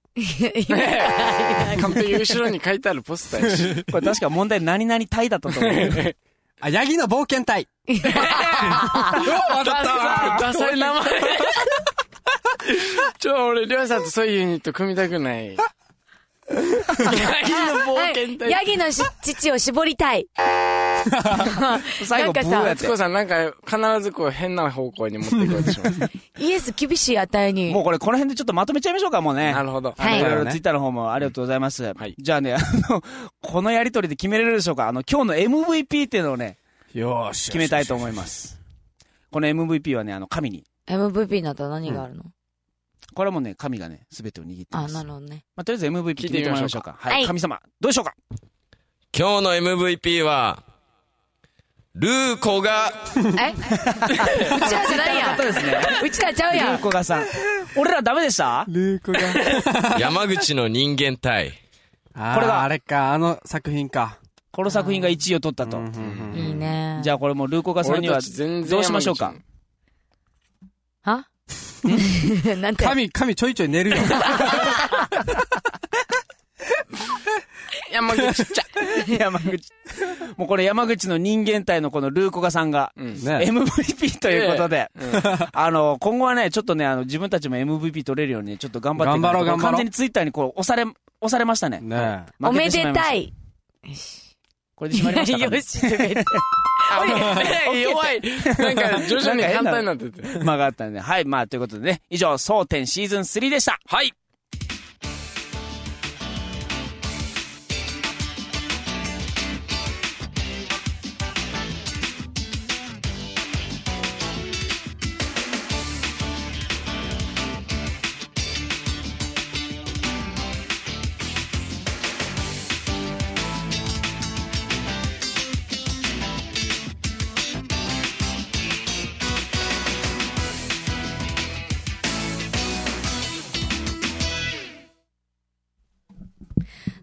D: 完璧後ろに書いてあるポスターやし。
A: これ確か問題何々たいだったと思う。
C: あ、ヤギの冒険隊。
D: ダサい名前。ちょ、俺、りょうさんとそういうユニット組みたくない。ヤギの冒険
B: はい
D: 隊。
B: ヤギのし乳を絞りたい。
A: 最
B: なん
A: 後、ブ
B: か
A: ー
B: さ
A: やっ
D: つ
A: て
D: こ。さん、なんか、必ずこう、変な方向に持っていこうとします。
B: イエス厳しい値に。
A: もうこれ、この辺でちょっとまとめちゃいましょうか、もうね。
D: なるほど。
B: はい
A: いろい
C: そう
A: ろ
C: だね
A: ツイッターの方もありがとうございます。
D: い
A: じゃあね、あの、 このやりとりで決めれるでしょうかあの、今日の MVP っていうのをね、
C: よーし。
A: 決めたいと思います。この MVP はね、あの、神に。
B: MVP になったら何があるの、
A: これはもうね、神がね、すべてを握って
B: あ、
A: ます。
B: な
A: ま
B: るほど ね。
A: あ、とりあえず MVP
D: 聞
A: 決
D: いて
A: めて
D: み
A: も
D: ま
A: らいまし
D: しょう
A: ょう
D: か
A: か。はい。
B: はい
A: 神様、どうでしょうか
F: 今日の MVP は、ルーコが、
B: えうちらじゃないや
A: そうですね。
B: ん。うちらちゃう
A: ル
B: や
A: ー
B: ん。
A: コガさん。俺らダメでした
C: ルー コが。
F: 山口の人間対、
C: あ
A: これ
C: れ
A: が
C: あれか、あの作品か。
A: この作品が1位を取ったと。
B: いいね。
A: じゃあこれもうルーコガさんに
D: 俺
A: は、
D: たち全然
A: どうしましょうか
D: 山口
B: は なんて。
C: 神、神ちょいちょい寝るよ。
D: 山口ちゃ。
A: 山口。もうこれ山口の人間体のこのルーコガさんが、
D: うん。
C: ね。
A: MVP ということで、
D: うん
A: あの、今後はね、ちょっとね、あの、自分たちも MVP 取れるようにね、ちょっと頑張っていかないと
C: 頑張ろう頑張ろう
A: 完全にツイッターにこう、押され、押されましたね。
C: ね
B: お
A: 負け
B: め
A: てしま
B: で。
A: ました
B: い。
A: これで決まりましたかね
B: よし、とか言って
D: あもう弱い。なんか、徐々に簡単になってて。
A: 間があったんで、はい、まあ、ということでね、以上、争点シーズン3でした。はい。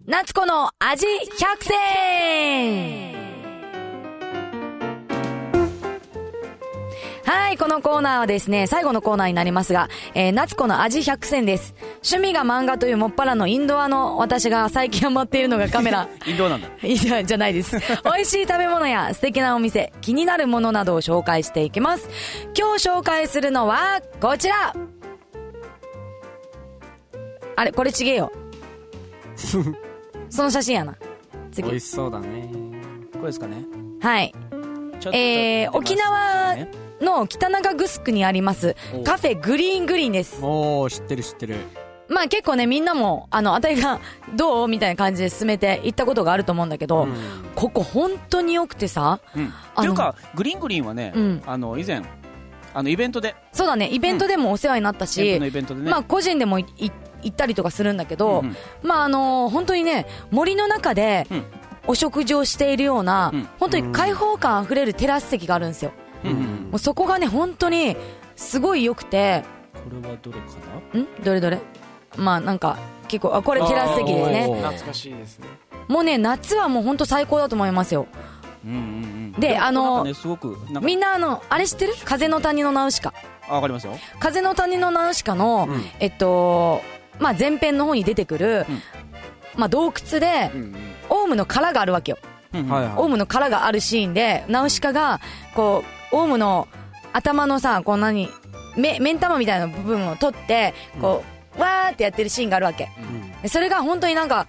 B: 夏子の味百選はい、このコーナーはですね、最後のコーナーになりますが、えー、夏子の味百選です。趣味が漫画というもっぱらのインドアの私が最近ハマっているのがカメ ラ。
A: インドなんだ。
B: いや、じゃないです。美味しい食べ物や素敵なお店、気になるものなどを紹介していきます。今日紹介するのは、こちらあれ、これちげえよ。その写真やな。
C: 美
B: 次。
C: しそうだね。
A: これですかね。
B: はい。
A: ちょっと
B: えー、沖縄の北中城にあります、カフェグリーングリーンです。
C: おー、知ってる知ってる。
B: まあ結構ね、みんなも、あの、あたいが、どうみたいな感じで進めて行ったことがあると思うんだけど、ここ本当に良くてさ、
A: うん。
B: の
A: というか、グリーングリーンはね、
B: うん
A: あの、以前、あの、イベントで、
B: そうだね、イベントでもお世話になったし、
A: イベントのイベントでね。
B: まあ個人でもいい行ったりとかするんだけど、
A: うんうん
B: まああのー本当にね、森の中で
A: うん
B: お食事をしているような、
A: うん
B: 本当に開放感あふれるテラス席があるんですよ。
A: うんうん
B: もうそこがね、本当にすごい良くて、
A: これはどれかなん
B: どれどれまあなんか結構あこれテラス席ですね
D: 懐かしいですね。
B: もうね夏はもう本当最高だと思いますよ
A: うんうんうん
B: であの
A: なんかねすごくなんか
B: みんなあのあれ知ってる風の谷のナウシカ
A: あわかりますよ
B: 風の谷のナウシカの、えっとまあ前編の方に出てくる、まあ洞窟で、
D: うんうん
B: オウムの殻があるわけよ
C: はいはい
B: オウムの殻があるシーンでナウシカがこうオウムの頭のさこう何目目ん玉みたいな部分を取ってこう、わーってやってるシーンがあるわけ、でそれが本当になんか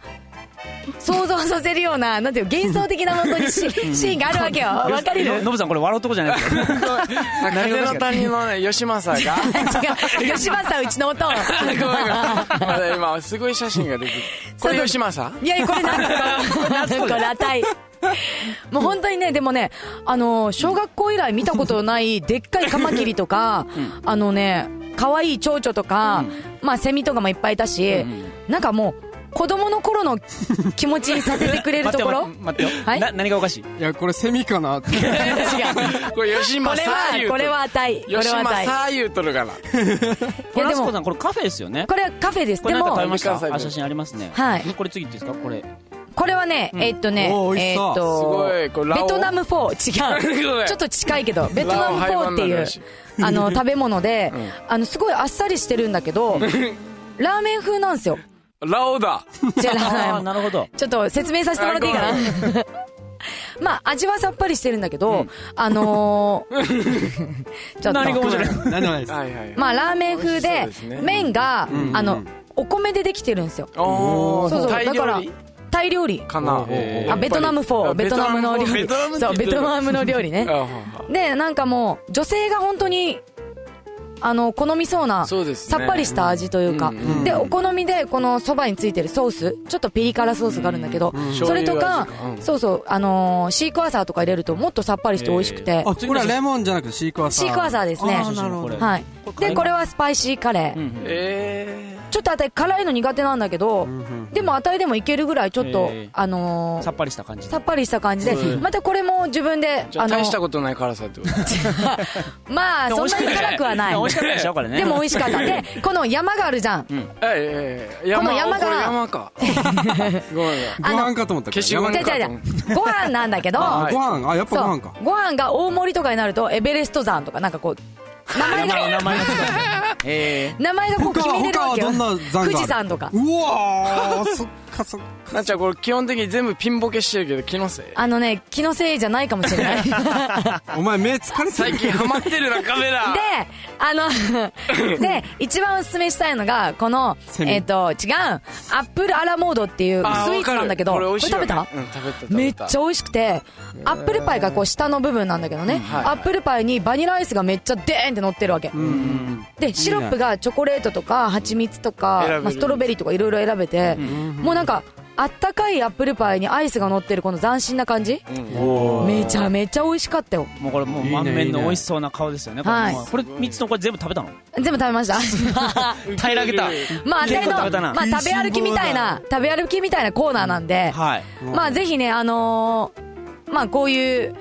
B: 想像させるようななんていうの幻想的な本当にシシーンがあるわけよわかる
A: よしののぶさんこれ笑うとこじゃないですよ
D: 風の谷のね、吉正が、
B: 違う 吉正うちの音
D: ごめんごめんまだ今、すごい写真が出てる。これ吉正
B: いやこれなんかこれ値もう本当にねでもねあの小学校以来見たことないでっかいカマキリとか、あのね可愛い蝶々とか、まあセミとかもいっぱいいたし、なんかもう子供の頃の気持ちにさせて くれる
A: 待
B: と
A: って
B: こ
A: よ
B: ろ
A: 待ってよ
B: はい
A: な何がおかしい
C: いや、これセミかなって。
B: 違う
D: これ吉
B: これ
D: 正言
B: は
D: うと
B: これは値これ
D: 吉
B: は値
D: 正言うとるから。
B: い
A: これ
B: や
A: あ
B: です
A: こ
B: も
A: さんこれカフェですよね
B: これはカフェです
A: こ
B: で
A: れなんか食べ
B: も
A: ました
D: でも
A: あ写真ありますね
B: はい
A: これ次いっていいですかこれ
B: こ れはね、えっとね
C: おー美味
B: え
C: しそう
B: っ
D: す
B: と
D: ごいこ
B: ベ
D: れラオ
B: トナムフォー
D: ご
B: 違
D: め
B: うんちょっと近いけどベトナムフォーって
D: ラーメン廃盤になる
B: い
D: らし
B: うあの食べ物で、あのすごいあっさりしてるんだけどラーメン風なんですよ
D: ラオだ
B: じゃあラーメン
A: ああなるほど
B: ちょっと説明させてもらっていいか
D: あ
B: な まあ味はさっぱりしてるんだけど、あのー、ちょっと
A: 何が面白い
C: 何でもないです。
D: はいはい。
B: まあラーメン風
D: 美
B: で
D: 味しそうですね
B: 麺が、あのお米でできてるんですよ
D: おー
B: そうそう
D: タイ料
B: だ
D: 理
B: からタイ料理
D: かな
C: へ
B: あベトナムフォーベトナムの料理
D: ベトナム
B: そうベトナムの料理ね
D: あは
B: でなんかもう女性が本当にあの好みそうな
D: そうですね
B: さっぱりした味というか、
D: うんうんうん
B: でお好みでこのそばについてるソースちょっとピリ辛ソースがあるんだけど、
D: ん
B: それとか
D: 醤油味かうん
B: そうそう、あのーシークワーサーとか入れるともっとさっぱりして美味しくて、
C: あ、これはレモンじゃなくてシークワーサー。
B: シークワーサーですね
C: あーなるほど。
B: はい
A: これ辛い
B: で
A: の
B: これはスパイシーカレー、
A: うん
D: え
B: ちょっとあたり辛いの苦手なんだけど、でもあたりでもいけるぐらいちょっと、
A: へー
B: あのー
A: さっぱりした感じ
B: さっぱりした感じで
A: そう
B: またこれも自分で
D: ーじゃあ
B: の
D: 大したことない辛さってこと
B: まあ
A: でも
B: そんなに
A: 美味し
B: 辛くはない
A: 美味しかったでしょこれね
B: でも美味しかった。で、この山があるじゃん。
D: ええええ
B: この山が
D: おこれ山か ごめん
C: ご飯かと思った
D: 消しゴ
C: 山
D: ム
B: じ
C: か
B: ゃじゃじゃご飯なんだけど、
C: あ
D: はい
C: ご飯あ、やっぱ
B: そう
C: ご飯か。
B: ご飯が大盛りとかになると、エベレスト山とか、なんかこう、名前が、
A: 名 前がついてるえ
B: 名前がこう
C: 他
B: 決めれる
C: 他
B: わ
C: は
B: けよ。
C: どんな残がある
B: 富士山とか。
C: うわー、そっかそっ
D: ごめんなっちゃんこれ基本的に全部ピンボケしてるけど気のせい
B: あのね、気のせいじゃないかもしれない。で、
C: か。お前目疲れて
D: 最
C: る。
D: 近ハマってるなカメラ
B: あの、 で、一番おすすめしたいのが、この、
C: セミ
B: えっと、違う、アップルアラモードっていうスイ
D: あー
B: ーツなんだけど、
D: わか
B: こ
D: る
B: れ
D: これ美味しい
B: 食
D: よ
B: べ
D: ね
B: た
D: うん食べた食べた
B: めっちゃ美味しくてアップルパイがこう下の部分なんだけどね、
D: はい
B: アップルパイにバニラアイスがめっちゃデーンって乗ってるわけ、でシロップがチョコレートとか蜂蜜とか、
D: 選べる
B: まあ、ストロベリーとかいろいろ選べて、もうなんかあったかいアップルパイにアイスが乗ってるこの斬新な感じ、めちゃめちゃ美味しかったよ
A: えもうこれもう満面の美味しそうな顔ですよねこれ
B: はい
A: もうこれ3つのこれ全部食べたの
B: 全部食べました
A: 平らげた
B: まああ
A: 結
B: たり
A: 構
B: の、
A: 食べたな
B: まあ、食べ歩きみたいな食べ歩きみたいなコーナーなんで、
A: はい
B: まあぜひねあのーまあこういう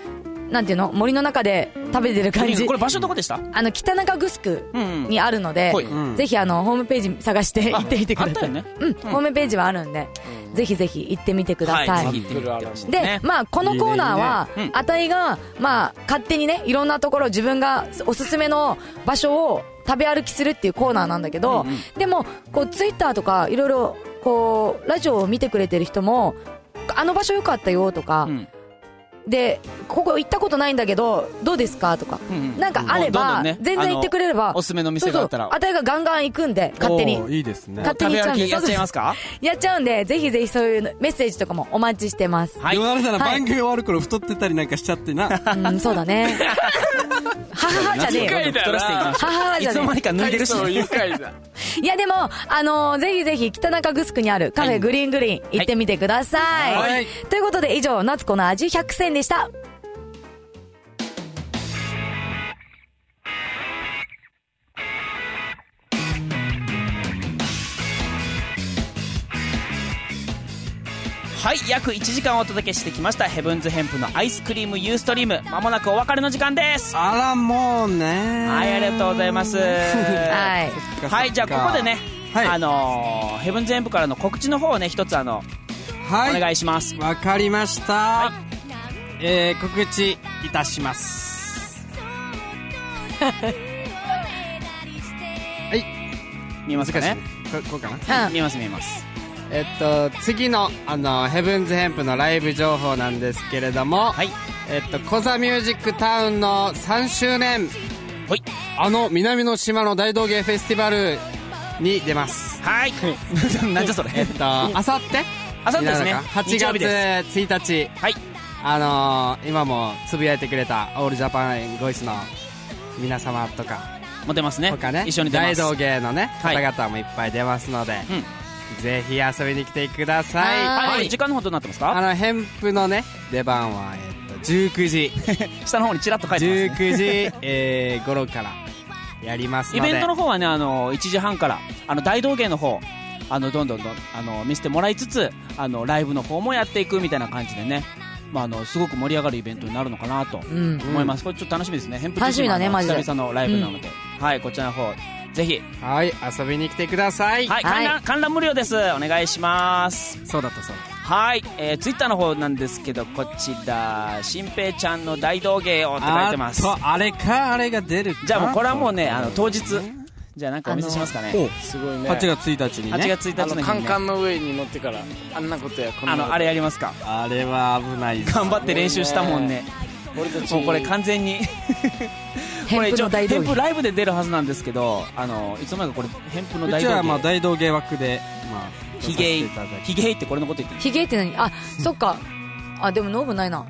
B: なんていうの森の中で食べてる感じ
A: これ場所どこでした
B: あの北中グスク
A: うんうん
B: にあるので、
A: はい
B: ぜひあのホームページ探して行ってみてく
A: あっ
B: だ
A: た
B: さい、
A: よね
B: うん、ホームページはあるんで、ぜひぜひ行ってみてください、
A: ぜひ行ってみてほしい
B: で、
A: ね
B: まあこのコーナーは、
A: いいねいいね
B: あたいが、まあ勝手にね、いろんなところ自分がおすすめの場所を食べ歩きするっていうコーナーなんだけど、でも、こうツイッターとかいろいろ、こう、ラジオを見てくれてる人も、あの場所良かったよとか、
A: うん
B: で、ここ行ったことないんだけど、どうですかとか、
A: うんうん
B: なんかあれば、
A: もうどんどんね
B: 全然行ってくれれば、
A: あのおすすめの店があったら
B: そうそうあたいがガンガン行くんで、勝手に
C: お。ーいいですね。
B: 勝手
A: 食
B: に
A: べ
B: 行っちゃうん
A: 歩
B: で
A: きやっちゃいます
B: そう
A: か
B: そうやっちゃうんで、ぜひぜひそういうのメッセージとかもお待ちしてます。
A: はい
C: でもあれだな、
B: はい
C: 番組終わる頃太ってたりなんかしちゃってな。
B: うん、そうだね。はははじゃねえよ。
A: どんどん太らせていきましょう
B: はははじ
A: い
B: ゃ
A: つの間
B: ね
A: にか脱いでるし
D: そう愉快だ
B: え。いやでも、あのーぜひぜひ北中グスクにあるカフェグリーングリーン行ってみてください。
D: はい
B: ということで以上、夏子の味100選でした。
A: はい約1時間お届けしてきましたヘブンズヘンプのアイスクリームユーストリームまもなくお別れの時間です
C: あら、もうね。
A: はいありがとうございます
B: はい。
A: はいじゃあここでね
C: はい
A: あのーヘブンズ・エンプからの告知の方をね一つあの、
C: はい。
A: お願いします
C: わかりました、えー、告知いたし ますはい
A: 見えますかね
C: 難しいここうかな
B: うん
A: 見えます見えます
C: えっと次のあのヘブンズヘンプのライブ情報なんですけれども、
A: はい
C: えっとコザミュージックタウンの3周年
A: ほい
C: あの南の島の大道芸フェスティバルに出ます
A: はい なんじゃそれ
C: えっとあさって
A: あさってですね
C: 8
A: 日曜日で
C: 月1日
A: はい
C: あのー、今もつぶやいてくれたオールジャパンゴイスの皆様とか
A: 持てますね
C: 他ね
A: 一緒に出ま
C: 大
A: す
C: 道芸のね
A: はい
C: 方々もいっぱい出ますので、ぜひ遊びに来てください
A: はい、時間の方どうなってます
C: あ
A: か
C: のヘンプのね出番は、えっと19時
A: 下の方にちらっと書いてます、ね、
C: 19時、えー、頃からやります
A: イ
C: ので
A: ベントの方はねあの1時半からあの大道芸の方あのどんどんどんあの見せてもらいつつあのライブの方もやっていくみたいな感じでね、まあ、あのすごく盛り上がるイベントになるのかなと
B: うん
A: 思います、これちょっと楽しみですね変
B: 楽しみだねマジで
A: 久々のライブなので、はいこちらの方ぜひ、
C: はい遊びに来てください、
A: はい、観覧観覧無料ですお願いします
C: そうだったそうだっ
A: はい、えー、ツイッターの方なんですけどこちら「新平ちゃんの大道芸を」って書いてます
C: あとあれかあれが出るか
A: じゃあもうこれはもうねあの当日じゃあなんかお見せしますかね
D: すごいね
C: 8月1日に
A: 8
C: ね
A: 月1日
D: あ
A: の日に
D: の
A: ね
D: カンカンの上に乗ってからあんなことやこんな
A: あ
D: こと
A: のあれやりますか
C: あれは危ないです
A: 頑張って練習したもんね
D: 俺たち
A: もうこれ完全に
B: ヘ
A: これ
B: ンプの大道芸
A: ヘンプライブで出るはずなんですけどあのいつの間にかこれヘンプの
C: う
A: 大
C: ちはまあ
A: 道芸
C: 大道芸枠でまあ
A: ヒゲイ
C: 出させていただいて
A: ヒゲイってこれのこと言ってる
B: ヒゲって何あそっかあでもノブないな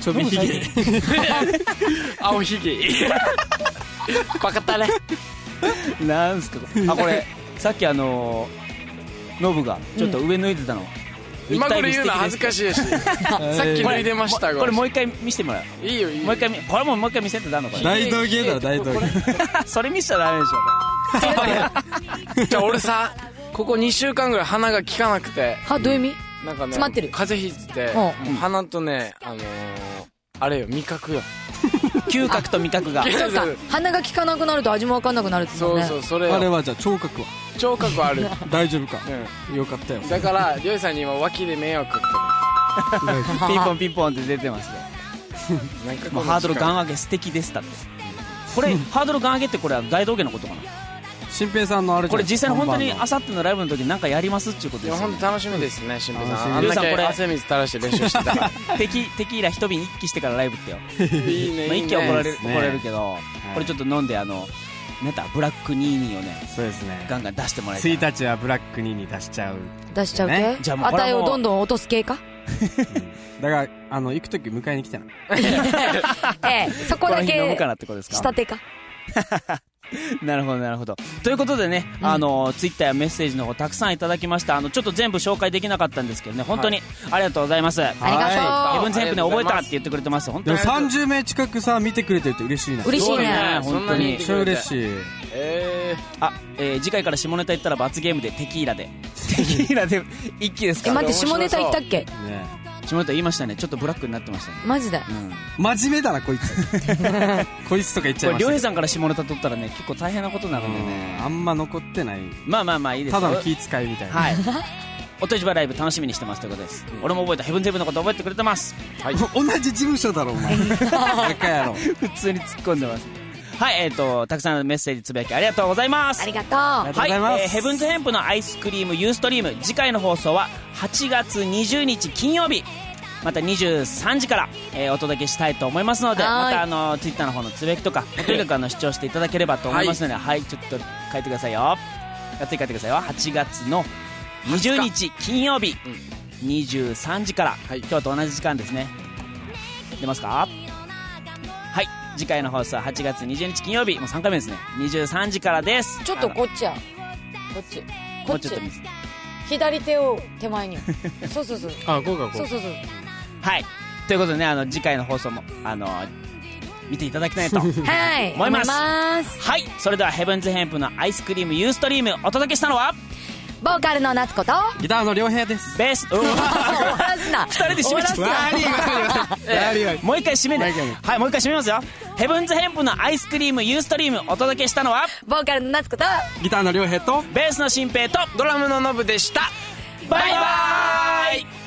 C: ちょびヒゲ
D: 青ひげ バカたれ
A: なんすかこれあこれさっきあのノブがちょっと上脱いでたの、
D: 今これ
A: 立
D: 言うの
A: 体
D: 恥
A: 美素敵で
D: ずか
A: す
D: しいですさっき脱いでました
A: も
D: が
A: これもう一回見せてもらう
D: いいよいいよ
A: もう一回見これももう一回見せてたのこれ
C: 大道芸だろ大道芸
A: それ見せちゃダメでしょ
D: じゃあ俺さここ2週間ぐらい鼻が効かなくて
B: はどういう意味
D: なんかね
B: 詰まってる
D: 風邪ひいてて
B: ん
D: もう鼻とねあのーあれよ味覚よ
A: 嗅覚と味覚 が
B: そうか鼻が効かなくなると味も分かんなくなるってこと
D: そう
B: ね
D: そうそれ
C: あれ
D: よ
C: はじゃあ聴覚は
D: 聴覚ある
C: 大丈夫か
D: う
C: よかったよ
D: んだからりょうさんに今脇で迷惑かけ
A: ピンポンピンポンって出てます ね
D: てるなんかこ
A: も
D: の
A: うハードルガン
D: ン
A: 上げ素敵でしたってこれハードルガン上げってこれは大道芸のことかな
C: 新平さんのあれじゃん
A: これ実際に本当に
C: 本
A: あさってのライブの時に何かやりますっていうこと
D: い
A: で
D: や
A: すよ
D: 本
A: ね
D: 当楽しみですね新平さん
A: 楽しみ
D: あん
A: りょう
D: だ
A: さんこ
D: け
A: れ
D: 汗水垂らして練習して たら
A: テキテキーラ一瓶一気してからライブってよ
D: いいね
A: まあ、
D: い
A: 一
D: いね
A: 気は怒られ
C: い
A: る
C: いです
A: 怒
C: ね
A: られるけど、これちょっと飲んであのなんだブラック22をね
C: 番そうですね
A: ガンガン出してもらいたい
C: 1日はブラック2に出しちゃう
B: 出しちゃう
C: ね
B: 系
A: じゃあもうこれは
B: 値
A: もう
B: をどんどん落とす系 か
C: だからあの行く時迎えに来てな
B: ええそこ
A: この
B: だ
A: 辺飲む
B: け
A: からってことです
B: 下
A: か
B: 手か
A: なるほどなるほどということでね、あのツイッターやメッセージの方たくさんいただきましたあのちょっと全部紹介できなかったんですけどね本当にありがとうございます、
B: ありが
A: ヘ
B: と
A: ブンズヘンプね覚えた
D: ありがとうございま
A: っ
D: す
A: て言ってくれてます本当
C: でも
A: に
C: 30名近くさ見てくれてるって嬉しいな
B: う嬉しいね
A: 本当に
C: めっちゃ嬉しい
D: え
A: あ、えー次回から下ネタ言ったら罰ゲームでテキーラでテキーラで一気です
B: え
A: か
B: 待って下ネタ言ったっけ
C: ね
A: 下ネタ言いましたねちょっとブラックになってましたね
B: マジで
A: うん
C: 真面目だなこいつ こいつとか言っち
A: こ
C: ゃ
A: れ
C: いま
A: 良平
C: し
A: さんから下ネタ取ったらね結構大変なことになるんでね
C: たあんま残ってない
A: まあまあまあいいですよ
C: ただの気遣いみたいな
A: はいおとじばライブ楽しみにしてますということです、俺も覚えたヘブンゼブンのこと覚えてくれてます
C: 同じ事務所だろお前バカやろ
A: 普通に突っ込んでますはいえっ、とたくさんのメッセージつぶやきありがとうございます
B: ありがとう
C: ありがとうございます
A: はいえーヘブンズヘンプのアイスクリームユーストリーム次回の放送は8月20日金曜日また23時から、えーお届けしたいと思いますので
B: はーい
A: またあのツイッターの方のつぶやきとかとにかくあの視聴していただければと思いますのではい、ちょっと書いてくださいよがっつり書いてくださいよ8月の20日金曜日、23時から、
D: い
A: 今日と同じ時間ですね出ますかはい次回の放送は8月20日金曜日もう3回目ですね23時からです
B: ちょっと
A: あの
B: こっちやこっちこ
A: も
B: っ
A: うち
B: ち
A: ょっと見せて
B: 左手を手前にそうそうそう
C: あこうか
B: そうそうそう
A: はいということでねあの次回の放送もあの見ていただきたいとは
B: はい
A: 思います
B: 思います
A: いそれではヘブンズヘンプのアイスクリームユーストリームお届けしたのは
B: ボーカルの夏子と
C: ギターの良平 です。
A: ベスト
B: 終わらすな
A: 二人で締めちゃった
B: 終わらすな
C: 悪い悪い
A: もう一回締める
C: もう一回ね
A: はいもう一回締めますよヘブンズヘンプのアイスクリームユーストリームお届けしたのは
B: ボーカルの夏子と
C: ギターの良平と、
A: ベースの新平と
D: ドラムのノブでした
A: バイバーイ